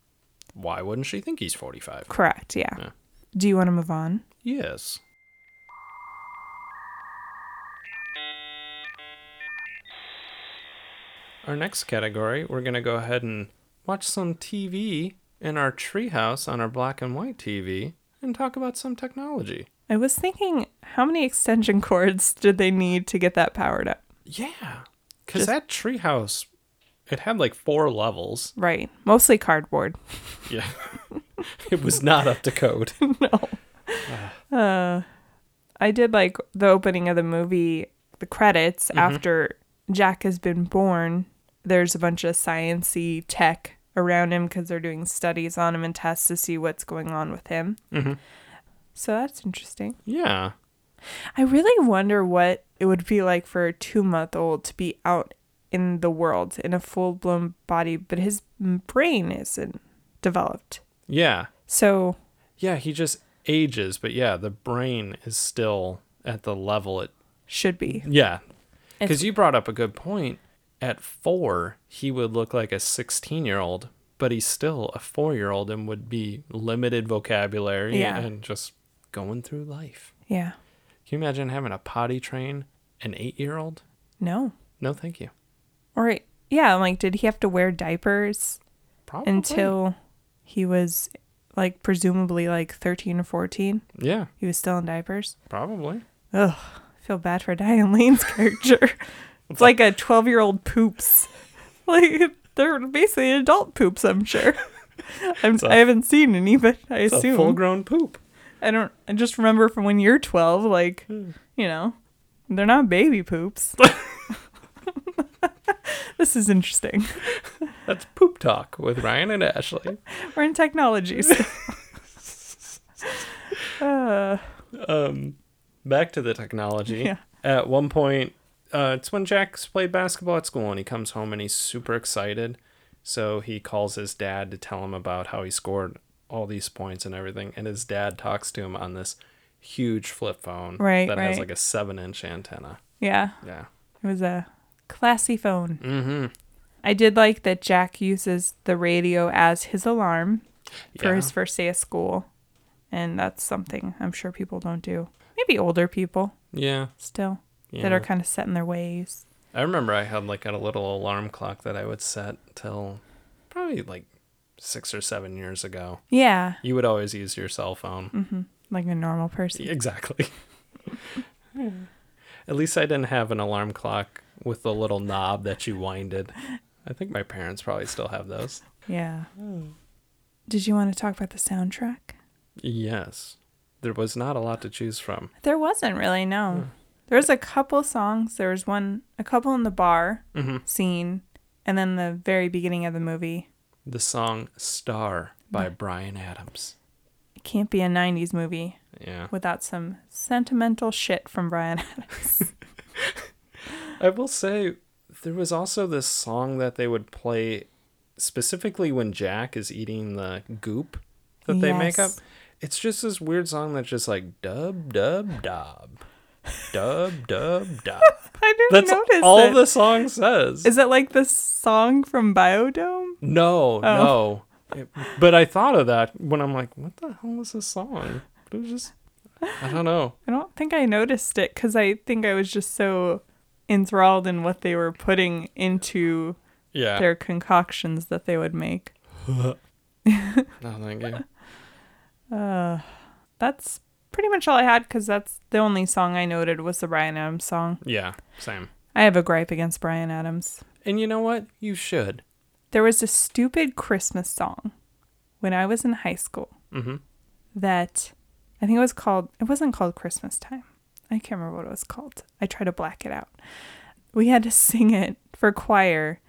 Speaker 2: Why wouldn't she think he's 45?
Speaker 1: Correct,
Speaker 2: Yeah.
Speaker 1: yeah. Do you want to move on?
Speaker 2: Yes. Our next category, we're going to go ahead and watch some TV in our treehouse on our black and white TV and talk about some technology.
Speaker 1: I was thinking, how many extension cords did they need to get that powered up?
Speaker 2: Yeah. Because that treehouse, it had like four levels.
Speaker 1: Right. Mostly cardboard.
Speaker 2: Yeah. it was not up to code.
Speaker 1: I did like the opening of the movie, the credits after Jack has been born. There's a bunch of sciency tech around him because they're doing studies on him and tests to see what's going on with him. So that's interesting.
Speaker 2: yeah.
Speaker 1: I really wonder what it would be like for a two month old to be out in the world in a full blown body, but his m- brain isn't developed.
Speaker 2: Yeah.
Speaker 1: So,
Speaker 2: Yeah. He just ages, but yeah, the brain is still at the level it
Speaker 1: should be.
Speaker 2: Yeah.
Speaker 1: It's-
Speaker 2: Because you brought up a good point. At four, he would look like a 16 year old, but he's still a four year old and would be limited vocabulary
Speaker 1: Yeah.
Speaker 2: and just going through life.
Speaker 1: Yeah.
Speaker 2: Can you imagine having a potty train an eight year old?
Speaker 1: No.
Speaker 2: No, thank you.
Speaker 1: Or, yeah, I'm like, did he have to wear diapers
Speaker 2: Probably.
Speaker 1: until he was, like, presumably like 13 or 14?
Speaker 2: Yeah,
Speaker 1: He was still in diapers?
Speaker 2: probably.
Speaker 1: Ugh, I feel bad for Diane Lane's character. it's like a 12 year old poops. Like, they're basically adult poops, I'm sure. I'm,
Speaker 2: a-
Speaker 1: I haven't seen any, but I
Speaker 2: It's a full
Speaker 1: assume.
Speaker 2: grown poop.
Speaker 1: I don't, I just remember from when you're 12, like,
Speaker 2: Hmm.
Speaker 1: you know, they're not baby poops. this is interesting.
Speaker 2: That's poop talk with Ryan and Ashley.
Speaker 1: We're in technology. so- uh,
Speaker 2: Um, back to the technology.
Speaker 1: Yeah.
Speaker 2: At one point, uh, it's when Jack's played basketball at school and he comes home and he's super excited. So he calls his dad to tell him about how he scored all these points and everything. And his dad talks to him on this huge flip phone
Speaker 1: Right,
Speaker 2: that has
Speaker 1: right.
Speaker 2: like a seven inch antenna.
Speaker 1: yeah,
Speaker 2: Yeah.
Speaker 1: it was a classy phone.
Speaker 2: Mm-hmm.
Speaker 1: I did like that Jack uses the radio as his alarm for
Speaker 2: Yeah.
Speaker 1: his first day of school. And that's something I'm sure people don't do. Maybe older people
Speaker 2: Yeah.
Speaker 1: still
Speaker 2: yeah.
Speaker 1: that are kind of set in their ways.
Speaker 2: I remember I had like a little alarm clock that I would set till probably like six or seven years ago.
Speaker 1: Yeah,
Speaker 2: You would always use your cell phone.
Speaker 1: like a normal person.
Speaker 2: Exactly. At least I didn't have an alarm clock with the little knob that you winded. I think my parents probably still have those.
Speaker 1: Yeah.
Speaker 2: Hmm.
Speaker 1: Did you want to talk about the soundtrack?
Speaker 2: Yes. There was not a lot to choose from.
Speaker 1: There wasn't really, no.
Speaker 2: Hmm.
Speaker 1: There was a couple songs. There was one, a couple in the bar
Speaker 2: Mm-hmm.
Speaker 1: scene, and then the very beginning of the movie.
Speaker 2: The song Star by Brian Adams.
Speaker 1: It can't be a 90s movie
Speaker 2: Yeah.
Speaker 1: without some sentimental shit from Brian Adams.
Speaker 2: I will say there was also this song that they would play specifically when Jack is eating the goop that they make up.
Speaker 1: Yes.
Speaker 2: It's just this weird song that's just like dub dub dub. Dub dub dub.
Speaker 1: I didn't
Speaker 2: That's
Speaker 1: notice
Speaker 2: all
Speaker 1: it.
Speaker 2: the song says.
Speaker 1: Is it like the song from Biodome?
Speaker 2: no,
Speaker 1: Oh.
Speaker 2: no. It- but I thought of that when I'm like, what the hell is this song? It was just I don't know.
Speaker 1: I don't think I noticed it because I think I was just so enthralled in what they were putting into
Speaker 2: Yeah.
Speaker 1: their concoctions that they would make.
Speaker 2: No, thank you.
Speaker 1: That's pretty much all I had because that's the only song I noted was the Brian Adams song.
Speaker 2: Yeah, same.
Speaker 1: I have a gripe against Brian Adams.
Speaker 2: And you know what? You should.
Speaker 1: There was a stupid Christmas song when I was in high school
Speaker 2: Mhm.
Speaker 1: that I think it was called, it wasn't called Christmas Time. I can't remember what it was called. I try to black it out. We had to sing it for choir,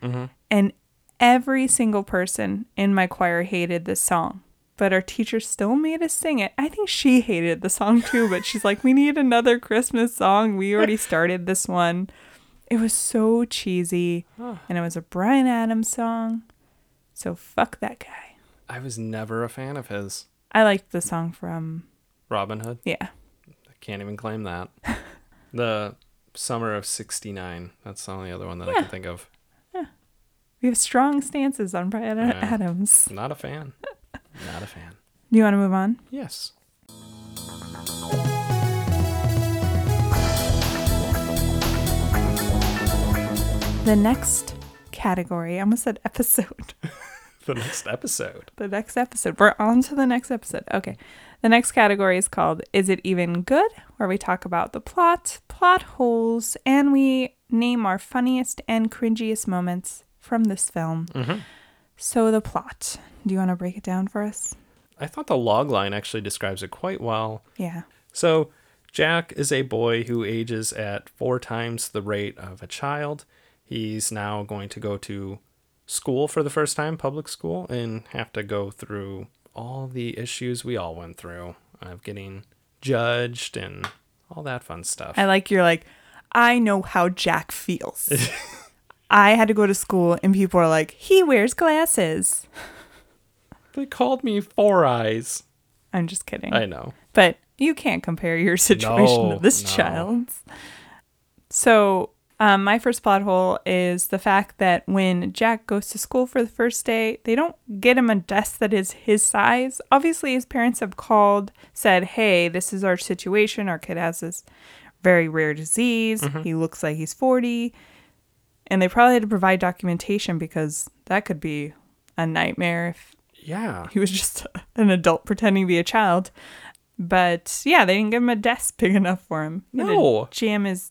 Speaker 1: and every single person in my choir hated this song. But our teacher still made us sing it. I think she hated the song too, but she's like, we need another Christmas song. We already started this one. It was so cheesy, and it was a Brian Adams song. So fuck that guy.
Speaker 2: I was never a fan of his.
Speaker 1: I liked the song from,
Speaker 2: Robin Hood.
Speaker 1: yeah.
Speaker 2: I can't even claim that. the summer of '69. That's the only other one that I can think of.
Speaker 1: We have strong stances on Brian
Speaker 2: Yeah.
Speaker 1: Adams.
Speaker 2: Not a fan. Not a fan.
Speaker 1: Do you want to move on?
Speaker 2: Yes.
Speaker 1: The next category, I almost said episode.
Speaker 2: The next episode.
Speaker 1: The next episode. We're on to the next episode. Okay. The next category is called Is It Even Good? where we talk about the plot, plot holes, and we name our funniest and cringiest moments from this film. So, the plot. Do you want to break it down for us?
Speaker 2: I thought the log line actually describes it quite well.
Speaker 1: Yeah.
Speaker 2: So, Jack is a boy who ages at four times the rate of a child. He's now going to go to school for the first time, public school, and have to go through all the issues we all went through of getting judged and all that fun stuff.
Speaker 1: I like you're like, I know how Jack feels. I had to go to school and people are like, he wears glasses.
Speaker 2: They called me Four Eyes.
Speaker 1: I'm just kidding.
Speaker 2: I know.
Speaker 1: But you can't compare your situation
Speaker 2: No,
Speaker 1: to this
Speaker 2: no.
Speaker 1: child's. So Um, my first plot hole is the fact that when Jack goes to school for the first day, they don't get him a desk that is his size. Obviously, his parents have called, said, Hey, this is our situation. Our kid has this very rare disease. He looks like he's 40. And they probably had to provide documentation because that could be a nightmare if
Speaker 2: Yeah.
Speaker 1: he was just an adult pretending to be a child. But yeah, they didn't give him a desk big enough for him. He had to
Speaker 2: No.
Speaker 1: jam his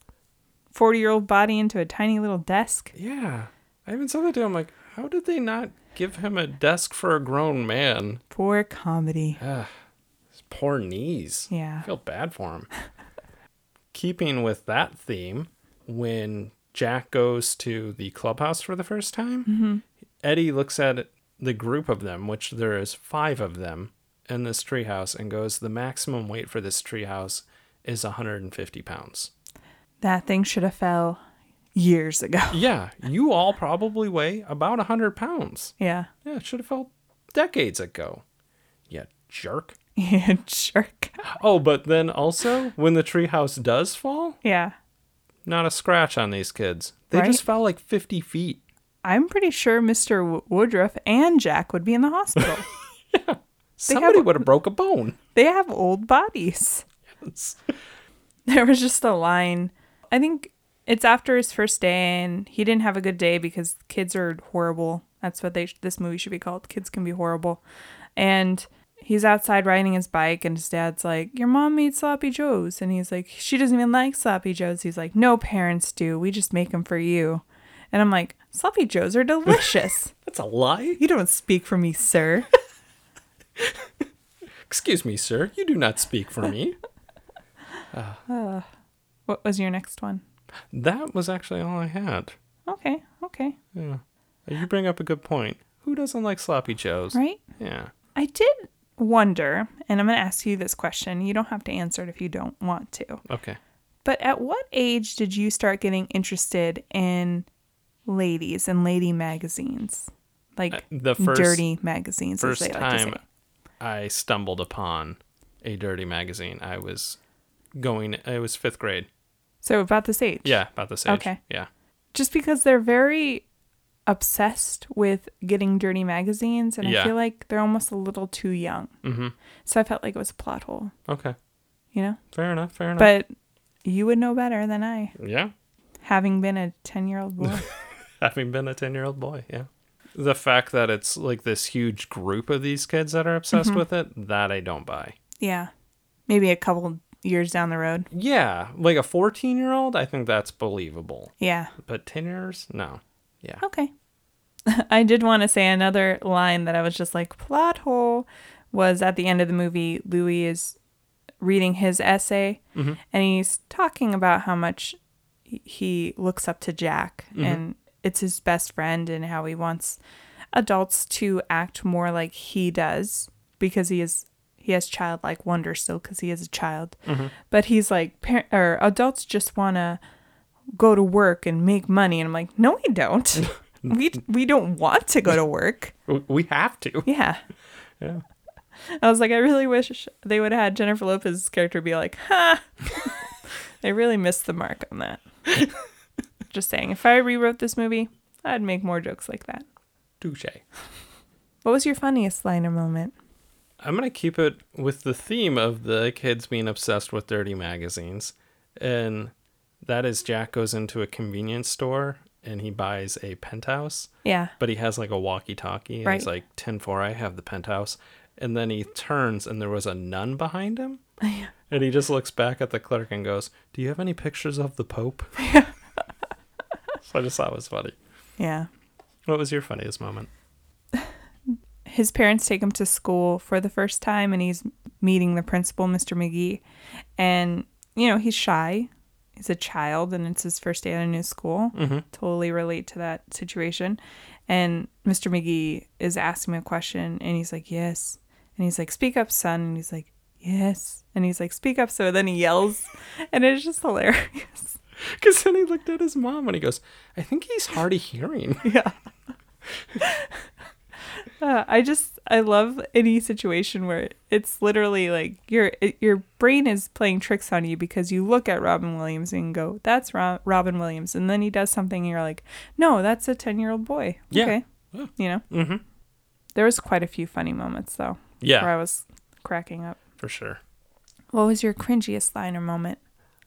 Speaker 1: 40 year old body into a tiny little desk.
Speaker 2: Yeah. I even saw that too. I'm like, how did they not give him a desk for a grown man?
Speaker 1: Poor comedy.
Speaker 2: His poor knees.
Speaker 1: Yeah.
Speaker 2: I feel bad for him. Keeping with that theme, when Jack goes to the clubhouse for the first time, Eddie looks at the group of them, which there is five of them in this treehouse, and goes, The maximum weight for this treehouse is 150 pounds.
Speaker 1: That thing should have fell years ago.
Speaker 2: Yeah, you all probably weigh about 100 pounds.
Speaker 1: Yeah.
Speaker 2: Yeah, it should have felt decades ago. Yeah, jerk.
Speaker 1: Yeah, jerk.
Speaker 2: Oh, but then also, when the treehouse does fall,
Speaker 1: Yeah.
Speaker 2: not a scratch on these kids. They
Speaker 1: Right?
Speaker 2: just fell like 50 feet.
Speaker 1: I'm pretty sure Mr. W- Woodruff and Jack would be in the hospital.
Speaker 2: Somebody
Speaker 1: have-
Speaker 2: would have broke a bone.
Speaker 1: they have old bodies. There was just a line. I think it's after his first day, and he didn't have a good day because kids are horrible. That's what they sh- this movie should be called. Kids can be horrible, and he's outside riding his bike, and his dad's like, "Your mom made sloppy joes," and he's like, "She doesn't even like sloppy joes." He's like, "No parents do. We just make them for you," and I'm like, "Sloppy joes are delicious."
Speaker 2: That's a lie.
Speaker 1: you don't speak for me, sir.
Speaker 2: Excuse me, sir. You do not speak for me.
Speaker 1: what was your next one?
Speaker 2: that was actually all I had.
Speaker 1: Okay, okay,
Speaker 2: You bring up a good point. Who doesn't like sloppy joes?
Speaker 1: right.
Speaker 2: Yeah.
Speaker 1: I did wonder, and I'm going to ask you this question. You don't have to answer it if you don't want to.
Speaker 2: Okay.
Speaker 1: But at what age did you start getting interested in ladies and lady magazines? Like
Speaker 2: Uh, the first-
Speaker 1: dirty magazines,
Speaker 2: First
Speaker 1: as they like
Speaker 2: time
Speaker 1: to say.
Speaker 2: I stumbled upon a dirty magazine, I was going, it was fifth grade.
Speaker 1: So about this age.
Speaker 2: Yeah, about this age.
Speaker 1: Okay.
Speaker 2: Yeah.
Speaker 1: Just because they're very obsessed with getting dirty magazines, and
Speaker 2: Yeah.
Speaker 1: I feel like they're almost a little too young. Mm-hmm. So I felt like it was a plot hole,
Speaker 2: Okay.
Speaker 1: you know?
Speaker 2: Fair enough. Fair enough.
Speaker 1: But you would know better than I,
Speaker 2: yeah.
Speaker 1: having been a 10 year old boy.
Speaker 2: having been a 10 year old boy yeah the fact that it's like this huge group of these kids that are obsessed with it that i don't buy
Speaker 1: Yeah. Maybe a couple years down the road.
Speaker 2: yeah like a 14 year old i think that's believable
Speaker 1: Yeah.
Speaker 2: but 10 years no yeah
Speaker 1: Okay. I did want to say another line that I was just like, plot hole was at the end of the movie, Louis is reading his essay and he's talking about how much he- he looks up to Jack and it's his best friend and how he wants adults to act more like he does because he is he has childlike wonder still because he is a child but he's like par- or adults just want to go to work and make money and i'm like no we don't we we don't want to go to work
Speaker 2: W- we have to
Speaker 1: yeah
Speaker 2: Yeah.
Speaker 1: i was like i really wish they would have had jennifer lopez's character be like ha they really missed the mark on that just saying if i rewrote this movie i'd make more jokes like that
Speaker 2: touche
Speaker 1: what was your funniest line or moment
Speaker 2: i'm gonna keep it with the theme of the kids being obsessed with dirty magazines and that is jack goes into a convenience store and he buys a penthouse
Speaker 1: yeah
Speaker 2: but he has like a walkie-talkie and he's
Speaker 1: Right.
Speaker 2: like 10 4 i have the penthouse and then he turns and there was a nun behind him and he just looks back at the clerk and goes do you have any pictures of the pope so i just thought it was funny
Speaker 1: yeah
Speaker 2: what was your funniest moment
Speaker 1: his parents take him to school for the first time and he's meeting the principal, Mr. McGee. And, you know, he's shy. He's a child and it's his first day at a new school. Totally relate to that situation. And Mr. McGee is asking him a question and he's like, Yes. And he's like, Speak up, son. And he's like, Yes. And he's like, Speak up. So then he yells. And it's just hilarious.
Speaker 2: because then he looked at his mom and he goes i think he's hard of hearing
Speaker 1: Uh, I just I love any situation where it's literally like your it- your brain is playing tricks on you because you look at Robin Williams and go, "That's Ro- Robin Williams," and then he does something and you're like, "No, that's a ten year old boy."
Speaker 2: Yeah.
Speaker 1: Okay.
Speaker 2: Yeah.
Speaker 1: You know,
Speaker 2: Mm-hmm.
Speaker 1: there was quite a few funny moments though where
Speaker 2: Yeah,
Speaker 1: I was cracking up.
Speaker 2: for sure.
Speaker 1: What was your cringiest line or moment?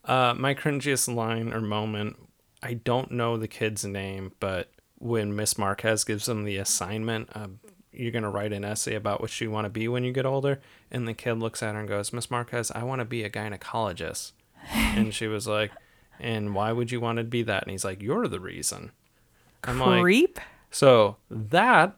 Speaker 2: Uh, my cringiest line or moment, I don't know the kid's name, but when Miss Marquez gives him the assignment, uh, you're going to write an essay about what you want to be when you get older. And the kid looks at her and goes, Miss Marquez, I want to be a gynecologist. and she was like, And why would you want to be that? And he's like, You're the reason. I'm like,
Speaker 1: Creep.
Speaker 2: So that,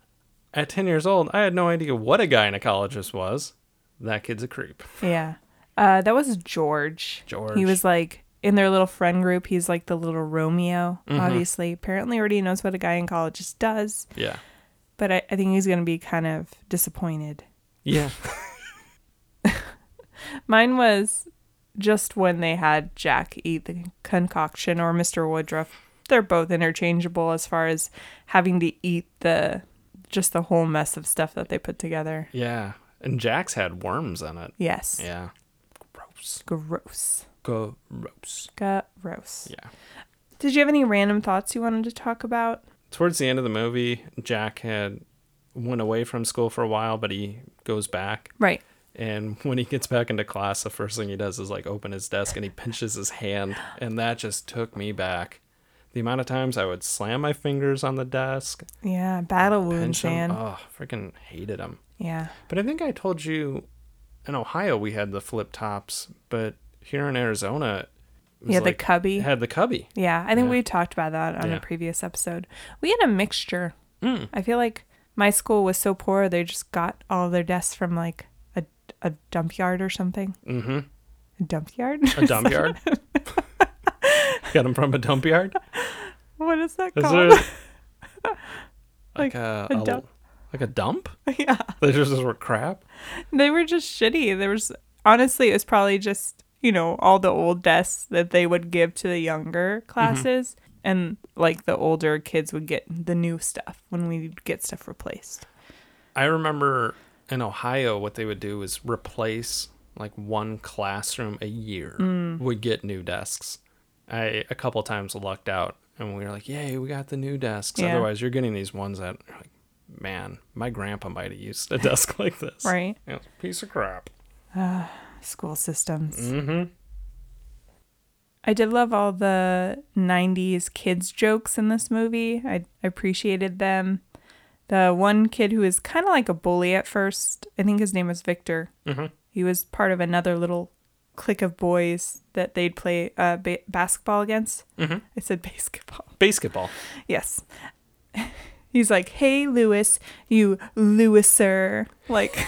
Speaker 2: at 10 years old, I had no idea what a gynecologist was. That kid's a creep.
Speaker 1: Yeah. Uh, that was George.
Speaker 2: George.
Speaker 1: He was like in their little friend group. He's like the little Romeo,
Speaker 2: Mm-hmm.
Speaker 1: obviously. Apparently, already knows what a gynecologist does,
Speaker 2: Yeah.
Speaker 1: but I, I think he's going to be kind of disappointed.
Speaker 2: Yeah.
Speaker 1: Mine was just when they had Jack eat the concoction or Mr. Woodruff. They're both interchangeable as far as having to eat the just the whole mess of stuff that they put together.
Speaker 2: Yeah. And Jack's had worms in it.
Speaker 1: Yes.
Speaker 2: Yeah. Gross.
Speaker 1: Gross.
Speaker 2: Gross.
Speaker 1: Gross.
Speaker 2: Yeah.
Speaker 1: Did you have any random thoughts you wanted to talk about?
Speaker 2: Towards the end of the movie, Jack had went away from school for a while, but he goes back.
Speaker 1: Right.
Speaker 2: And when he gets back into class, the first thing he does is like open his desk and he pinches his hand. And that just took me back. The amount of times I would slam my fingers on the desk,
Speaker 1: Yeah, battle wounds,
Speaker 2: pinch
Speaker 1: man.
Speaker 2: them. Oh, freaking hated him.
Speaker 1: Yeah.
Speaker 2: But I think I told you in Ohio we had the flip tops, but here in Arizona, it was
Speaker 1: Yeah, the
Speaker 2: like-
Speaker 1: cubby.
Speaker 2: it had the cubby.
Speaker 1: Yeah, I think
Speaker 2: Yeah.
Speaker 1: we talked about that on
Speaker 2: Yeah. Mm.
Speaker 1: a previous episode. We had a mixture. I feel like my school was so poor they just got all their desks from like a, a dump yard or something.
Speaker 2: Mm-hmm.
Speaker 1: A dump yard?
Speaker 2: A dump yard. Got them from a dump yard.
Speaker 1: what is that
Speaker 2: Is there
Speaker 1: called?
Speaker 2: like, a,
Speaker 1: a
Speaker 2: a-
Speaker 1: dump.
Speaker 2: like a dump?
Speaker 1: yeah.
Speaker 2: They just were crap.
Speaker 1: They were just shitty. There was honestly it was probably just, you know, all the old desks that they would give to the younger
Speaker 2: Mm-hmm.
Speaker 1: classes and like the older kids would get the new stuff when we'd get stuff replaced.
Speaker 2: I remember in Ohio, what they would do is replace like one classroom a year.
Speaker 1: Mm.
Speaker 2: Would get new desks. I a couple times lucked out, and we were like, "Yay, we got the new desks!"
Speaker 1: Yeah.
Speaker 2: Otherwise, you're getting these ones that, are like, man, my grandpa might have used a desk like this.
Speaker 1: Right?
Speaker 2: Yeah, it's a piece of crap.
Speaker 1: School systems.
Speaker 2: Mm-hmm.
Speaker 1: I did love all the 90s kids jokes in this movie. I I appreciated them. The one kid who is kind of like a bully at first, I think his name was Victor.
Speaker 2: Mhm.
Speaker 1: He was part of another little clique of boys that they'd play uh, ba- basketball against.
Speaker 2: Mhm.
Speaker 1: I said basketball.
Speaker 2: Basketball.
Speaker 1: Yes. He's like, hey, Lewis, you Lewiser. Like,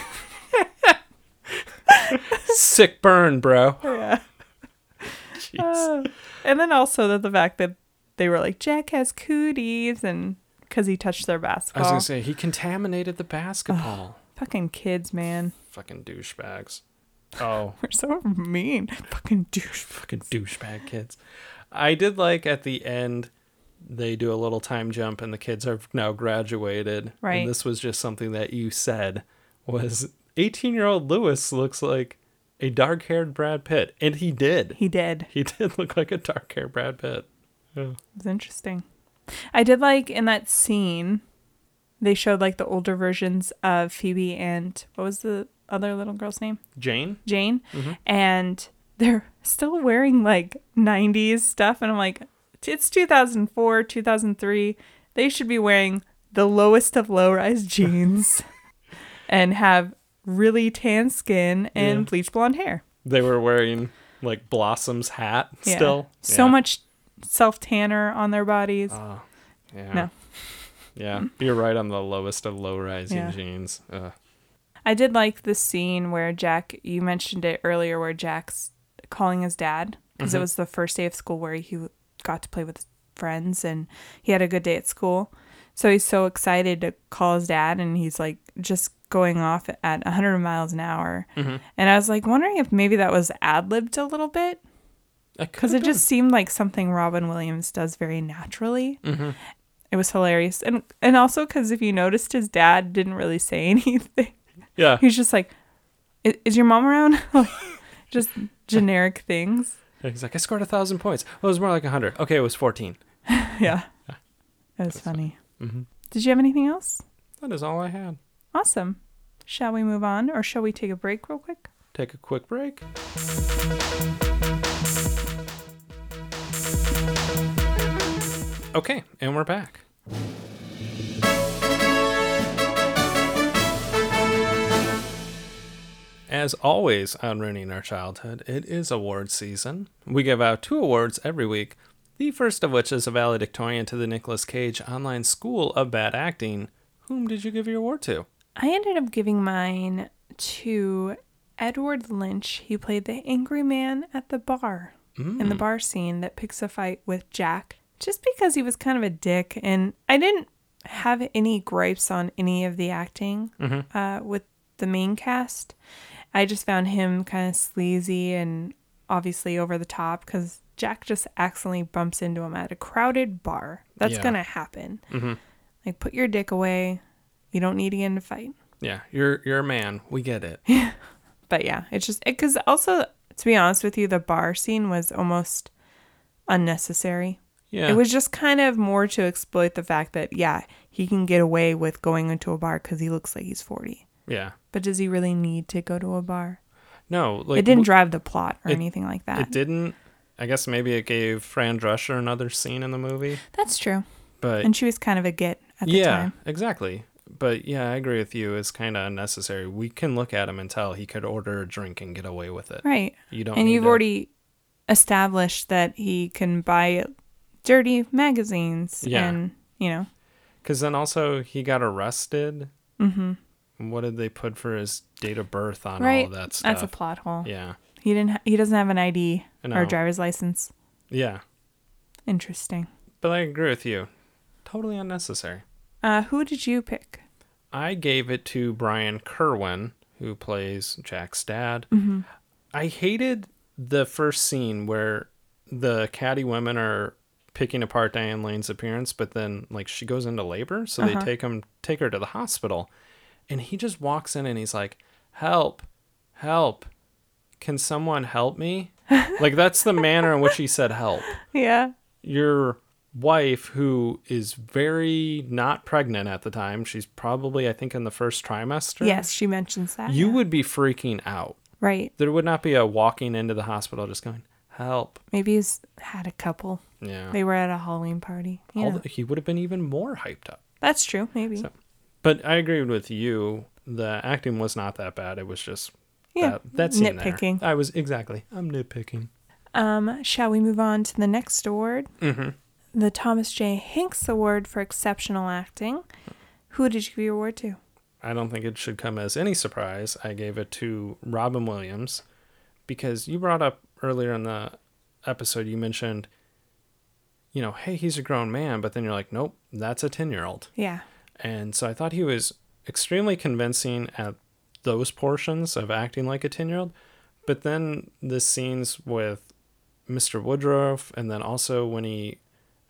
Speaker 2: Sick burn, bro.
Speaker 1: yeah.
Speaker 2: Jeez.
Speaker 1: Oh. and then also the, the fact that they were like Jack has cooties and because he touched their
Speaker 2: I
Speaker 1: basketball.
Speaker 2: was gonna say he contaminated the basketball.
Speaker 1: Fucking kids, man,
Speaker 2: Fucking douchebags. Oh.
Speaker 1: we're so mean. Fucking douche.
Speaker 2: fucking douchebag kids. I did like at the end they do a little time jump and the kids are now graduated.
Speaker 1: Right.
Speaker 2: And this was just something that you said was 18 year old Lewis looks like a dark haired Brad Pitt. And he did.
Speaker 1: He did.
Speaker 2: He did look like a dark haired Brad Pitt. Yeah.
Speaker 1: It was interesting. I did like in that scene, they showed like the older versions of Phoebe and what was the other little girl's name?
Speaker 2: Jane?
Speaker 1: Jane,
Speaker 2: Mm-hmm.
Speaker 1: and they're still wearing like 90s stuff. And I'm like, it's 2004, 2003. They should be wearing the lowest of low rise jeans and have really tan skin and
Speaker 2: Yeah.
Speaker 1: bleach blonde hair.
Speaker 2: They were wearing like Blossom's hat
Speaker 1: Yeah.
Speaker 2: still.
Speaker 1: So
Speaker 2: Yeah.
Speaker 1: much self tanner on their bodies.
Speaker 2: Uh, yeah.
Speaker 1: No.
Speaker 2: Yeah. You're right on the lowest of low rising
Speaker 1: Yeah.
Speaker 2: jeans. Ugh.
Speaker 1: I did like the scene where Jack, you mentioned it earlier, where Jack's calling his dad because it was the first day of school where he got to play with his friends and he had a good day at school. So he's so excited to call his dad and he's like just going off at 100 miles an hour. And I was like wondering if maybe that was ad libbed a little bit
Speaker 2: I could
Speaker 1: because
Speaker 2: have
Speaker 1: it
Speaker 2: done
Speaker 1: just seemed like something Robin Williams does very naturally. It was hilarious. And and also cuz if you noticed his dad didn't really say anything.
Speaker 2: Yeah.
Speaker 1: He's just like is, is your mom around? Like, just generic things.
Speaker 2: He's like, I scored a thousand points. Well, it was more like a hundred. Okay, it was fourteen.
Speaker 1: Yeah. That was funny. Mm-hmm. Did you have anything else?
Speaker 2: That is all I had.
Speaker 1: Awesome. Shall we move on or shall we take a break real quick?
Speaker 2: Take a quick break. Okay, and we're back. As always on Ruining Our Childhood, it is award season. We give out two awards every week, the first of which is a valedictorian to the Nicolas Cage Online School of Bad Acting. Whom did you give your award to?
Speaker 1: I ended up giving mine to Edward Lynch. He played the angry man at the bar in the bar scene that picks a fight with Jack just because he was kind of a dick. And I didn't have any gripes on any of the acting uh, with the main cast. I just found him kind of sleazy and obviously over the top because Jack just accidentally bumps into him at a crowded bar. That's
Speaker 2: Yeah.
Speaker 1: going to happen. Like, put your dick away. You don't need to get in a fight.
Speaker 2: Yeah, you're you're a man. We get it.
Speaker 1: but yeah, it's just because also to be honest with you, the bar scene was almost unnecessary.
Speaker 2: Yeah.
Speaker 1: It was just kind of more to exploit the fact that yeah, he can get away with going into a bar because he looks like he's forty.
Speaker 2: yeah.
Speaker 1: But does he really need to go to a bar?
Speaker 2: No, like
Speaker 1: it didn't
Speaker 2: w-
Speaker 1: drive the plot or anything like
Speaker 2: It
Speaker 1: that.
Speaker 2: didn't. I guess maybe it gave Fran Drescher another scene in the movie,
Speaker 1: That's true.
Speaker 2: but
Speaker 1: And she was kind of a git at the
Speaker 2: yeah,
Speaker 1: time.
Speaker 2: exactly. But yeah, I agree with you. It's kind of unnecessary. We can look at him and tell he could order a drink and get away with it.
Speaker 1: Right.
Speaker 2: You don't.
Speaker 1: and
Speaker 2: need
Speaker 1: you've
Speaker 2: to-
Speaker 1: already established that he can buy dirty magazines
Speaker 2: Yeah.
Speaker 1: and you know
Speaker 2: Because then also he got arrested. Mm-hmm. What did they put for his date of birth on all
Speaker 1: right
Speaker 2: of that stuff?
Speaker 1: that's a plot hole
Speaker 2: yeah,
Speaker 1: He didn't. Ha- he doesn't have an ID or
Speaker 2: I know.
Speaker 1: a driver's license.
Speaker 2: yeah.
Speaker 1: Interesting.
Speaker 2: But I agree with you. Totally unnecessary.
Speaker 1: Uh, who did you pick?
Speaker 2: I gave it to Brian Kerwin, who plays Jack's dad. I hated the first scene where the caddy women are picking apart Diane Lane's appearance, but then like she goes into labor, so they take him take her to the hospital, and he just walks in and he's like, "Help, help, can someone help me?" like that's the manner in which he said help
Speaker 1: Yeah.
Speaker 2: your wife who is very not pregnant at the time she's probably i think in the first trimester
Speaker 1: Yes, she mentions that.
Speaker 2: you would be freaking out
Speaker 1: right?
Speaker 2: there would not be a walking into the hospital just going help
Speaker 1: Maybe he's had a couple.
Speaker 2: yeah
Speaker 1: They were at a Halloween party. Yeah,
Speaker 2: Although he would have been even more hyped up
Speaker 1: that's true. Maybe.
Speaker 2: but i agree with you the acting was not that bad it was just
Speaker 1: Yeah,
Speaker 2: that, that scene there.
Speaker 1: nitpicking.
Speaker 2: i was exactly i'm nitpicking
Speaker 1: Um, shall we move on to the next award? Mm-hmm. The Thomas J. Hanks Award for Exceptional Acting. Who did you give your award to?
Speaker 2: I don't think it should come as any surprise. I gave it to Robin Williams because you brought up earlier in the episode, you mentioned, you know, hey, he's a grown man, but then you're like, nope, that's a 10 year old.
Speaker 1: Yeah.
Speaker 2: And so I thought he was extremely convincing at those portions of acting like a 10 year old. But then the scenes with Mr. Woodruff, and then also when he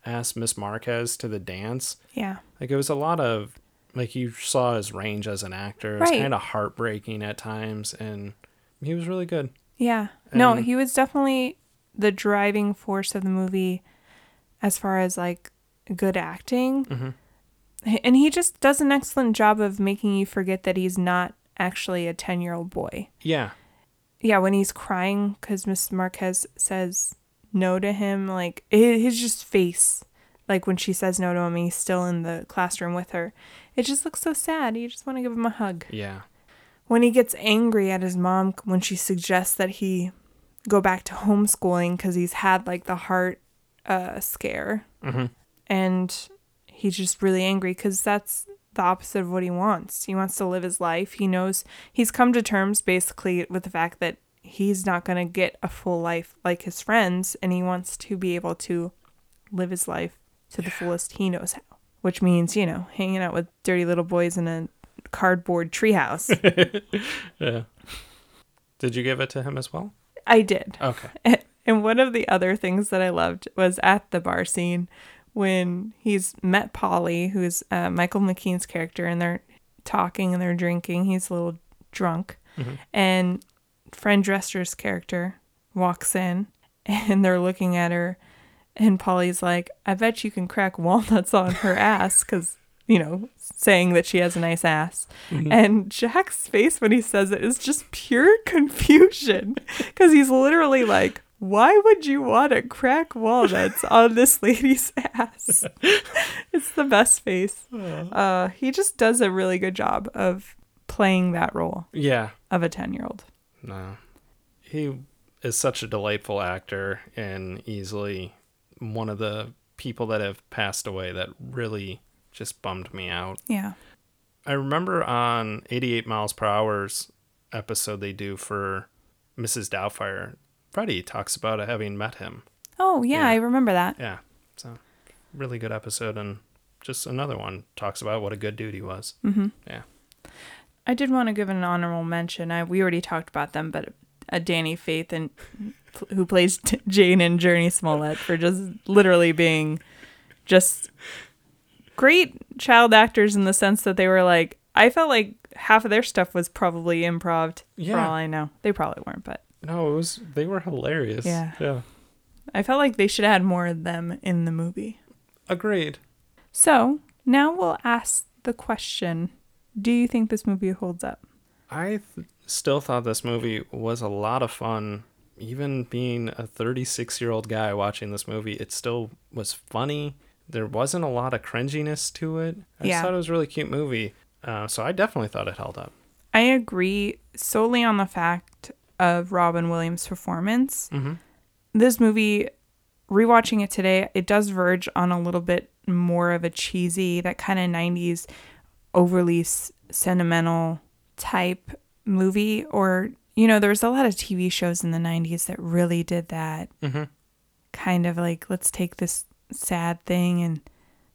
Speaker 2: asked Miss Marquez to the dance,
Speaker 1: Yeah.
Speaker 2: like it was a lot of like you saw his range as an actor. It was
Speaker 1: Right.
Speaker 2: kind of heartbreaking at times, and he was really good.
Speaker 1: Yeah. No, he was definitely the driving force of the movie as far as like good acting. H- And he just does an excellent job of making you forget that he's not actually a 10 year old boy.
Speaker 2: Yeah,
Speaker 1: Yeah, when he's crying because Miss Marquez says no to him, like hi- his just face, like when she says no to him and he's still in the classroom with her, it just looks so sad. You just want to give him a hug
Speaker 2: yeah,
Speaker 1: when he gets angry at his mom when she suggests that he go back to homeschooling because he's had like the heart uh, scare and he's just really angry because that's the opposite of what he wants he wants to live his life he knows he's come to terms basically with the fact that he's not going to get a full life like his friends and he wants to be able to live his life to the fullest he knows how which means you know hanging out with dirty little boys in a cardboard treehouse
Speaker 2: yeah. Did you give it to him as well?
Speaker 1: I did.
Speaker 2: Okay.
Speaker 1: And one of the other things that I loved was at the bar scene when he's met Polly, who's uh, Michael McKean's character, and they're talking and they're drinking. He's a little drunk, and friend Dresser's character walks in, and they're looking at her, and Polly's like, "I bet you can crack walnuts on her ass," because you know, saying that she has a nice ass. And Jack's face when he says it is just pure confusion because he's literally like, why would you want to crack walnuts on this lady's ass? it's the best face. Uh, he just does a really good job of playing that role
Speaker 2: Yeah.
Speaker 1: of a 10 year old.
Speaker 2: No. He is such a delightful actor and easily one of the people that have passed away that really just bummed me out.
Speaker 1: Yeah.
Speaker 2: I remember on 88 Miles Per Hour's episode they do for Mrs. Doubtfire, Freddie talks about having met him.
Speaker 1: Oh, yeah, I remember that.
Speaker 2: Yeah. So, really good episode and just another one talks about what a good dude he was. Mm-hmm. Yeah.
Speaker 1: I did want to give an honorable mention. I, we already talked about them, but uh, Danny Faith and who plays T- Jane and Journey Smollett for just literally being just great child actors in the sense that they were like I felt like half of their stuff was probably improv. For
Speaker 2: Yeah.
Speaker 1: all I know, they probably weren't, but
Speaker 2: No, it was they were hilarious.
Speaker 1: Yeah.
Speaker 2: Yeah.
Speaker 1: I felt like they should add more of them in the movie.
Speaker 2: Agreed.
Speaker 1: So now we'll ask the question: Do you think this movie holds up?
Speaker 2: I th- still thought this movie was a lot of fun. Even being a 36 year old guy watching this movie, it still was funny. There wasn't a lot of cringiness to it. I
Speaker 1: Yeah.
Speaker 2: just thought it was a really cute movie. Uh, so I definitely thought it held up.
Speaker 1: I agree solely on the fact of Robin Williams' performance. This movie, rewatching it today, it does verge on a little bit more of a cheesy, that kind of 90s overly s- sentimental type movie. Or, you know, there's a lot of TV shows in the 90s that really did that kind of like, let's take this sad thing and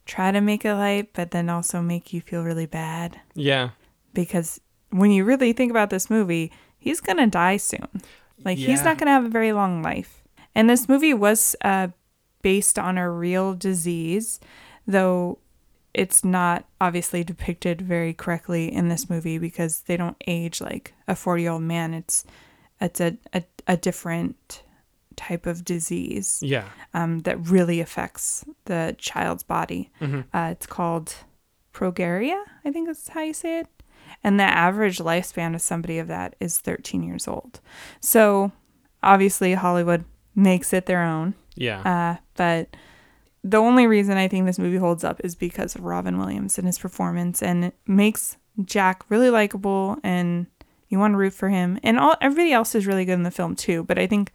Speaker 1: try to make it light, but then also make you feel really bad
Speaker 2: Yeah.
Speaker 1: because when you really think about this movie, he's gonna die soon. Like he's
Speaker 2: Yeah.
Speaker 1: not gonna have a very long life. And this movie was uh, based on a real disease, though it's not obviously depicted very correctly in this movie because they don't age like a forty-year-old man. It's it's a, a a different type of disease
Speaker 2: Yeah.
Speaker 1: um, that really affects the child's body. Uh, it's called progeria, I think that's how you say it. And the average lifespan of somebody of that is 13 years old. So obviously, Hollywood makes it their own.
Speaker 2: Yeah.
Speaker 1: Uh, but the only reason I think this movie holds up is because of Robin Williams and his performance, and it makes Jack really likable, and you want to root for him. And all everybody else is really good in the film too. But I think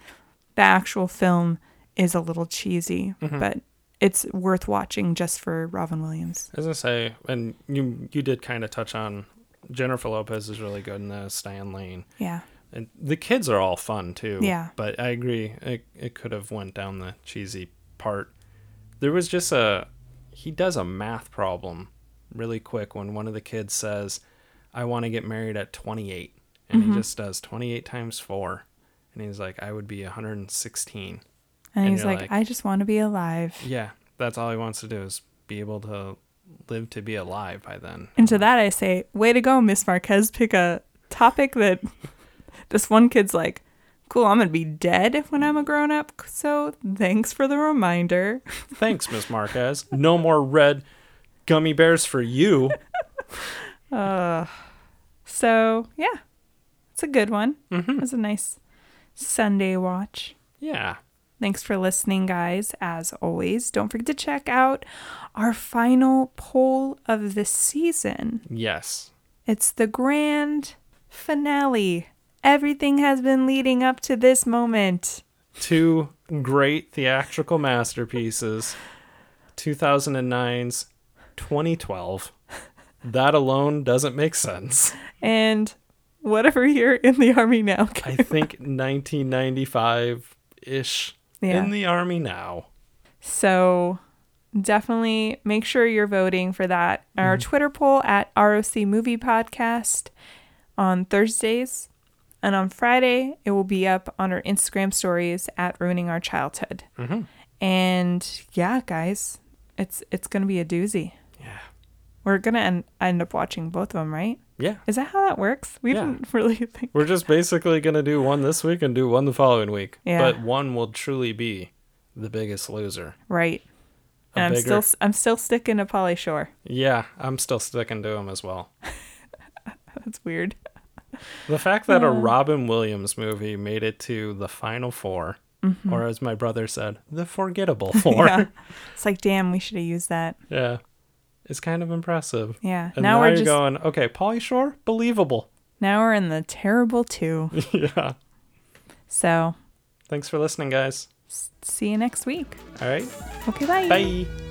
Speaker 1: the actual film is a little cheesy, but it's worth watching just for Robin Williams.
Speaker 2: I was gonna say, and you you did kind of touch on Jennifer Lopez is really good in this. Stan Lane,
Speaker 1: Yeah,
Speaker 2: and the kids are all fun too.
Speaker 1: Yeah.
Speaker 2: but I agree, it it could have went down the cheesy part. There was just a he does a math problem really quick when one of the kids says, "I want to get married at 28," and he just does 28 times four, and he's like, "I would be 116."
Speaker 1: and,
Speaker 2: And
Speaker 1: he's
Speaker 2: you're
Speaker 1: like,
Speaker 2: like-
Speaker 1: I just want to be alive.
Speaker 2: Yeah, that's all he wants to do is be able to live to be alive by then.
Speaker 1: And to that I say, way to go, Miss Marquez. Pick a topic that this one kid's like, cool, I'm going to be dead when I'm a grown up. So thanks for the reminder.
Speaker 2: Thanks, Miss Marquez. No more red gummy bears for you.
Speaker 1: So yeah, it's a good one. It was a nice Sunday watch.
Speaker 2: Yeah.
Speaker 1: Thanks for listening, guys. As always, don't forget to check out our final poll of the season.
Speaker 2: Yes.
Speaker 1: It's the grand finale. Everything has been leading up to this moment.
Speaker 2: Two great theatrical masterpieces 2009's 2012. That alone doesn't make sense.
Speaker 1: and whatever year in the army now.
Speaker 2: I think 1995 ish
Speaker 1: Yeah.
Speaker 2: in the army now.
Speaker 1: So definitely make sure you're voting for that.
Speaker 2: Mm-hmm.
Speaker 1: Our Twitter poll at ROC Movie Podcast on Thursdays. And on Friday, it will be up on our
Speaker 2: Mm-hmm.
Speaker 1: Instagram stories at Ruining Our Childhood. And yeah, guys, It's it's gonna be a doozy.
Speaker 2: Yeah.
Speaker 1: We're gonna end, end up watching both of them, right?
Speaker 2: Yeah.
Speaker 1: Is that how that works? We
Speaker 2: Yeah.
Speaker 1: didn't really think.
Speaker 2: We're just basically going to do one this week and do one the following week.
Speaker 1: Yeah.
Speaker 2: But one will truly be the biggest loser.
Speaker 1: Right.
Speaker 2: A
Speaker 1: And I'm
Speaker 2: bigger-
Speaker 1: still s- I'm still sticking to Polly Shore.
Speaker 2: Yeah, I'm still sticking to him as well.
Speaker 1: That's weird.
Speaker 2: The fact that a Robin Williams movie made it to the final 4 or as my brother said, the forgettable four,
Speaker 1: Mm-hmm. Yeah.
Speaker 2: yeah,
Speaker 1: It's like, damn, we should have used that.
Speaker 2: it's kind of impressive.
Speaker 1: Yeah.
Speaker 2: And
Speaker 1: now
Speaker 2: now,
Speaker 1: we're
Speaker 2: you're
Speaker 1: just
Speaker 2: going, okay, Polly Shore, believable.
Speaker 1: now we're in the terrible two.
Speaker 2: yeah.
Speaker 1: so
Speaker 2: Thanks for listening, guys.
Speaker 1: see you next week.
Speaker 2: All right.
Speaker 1: Okay,
Speaker 2: Bye.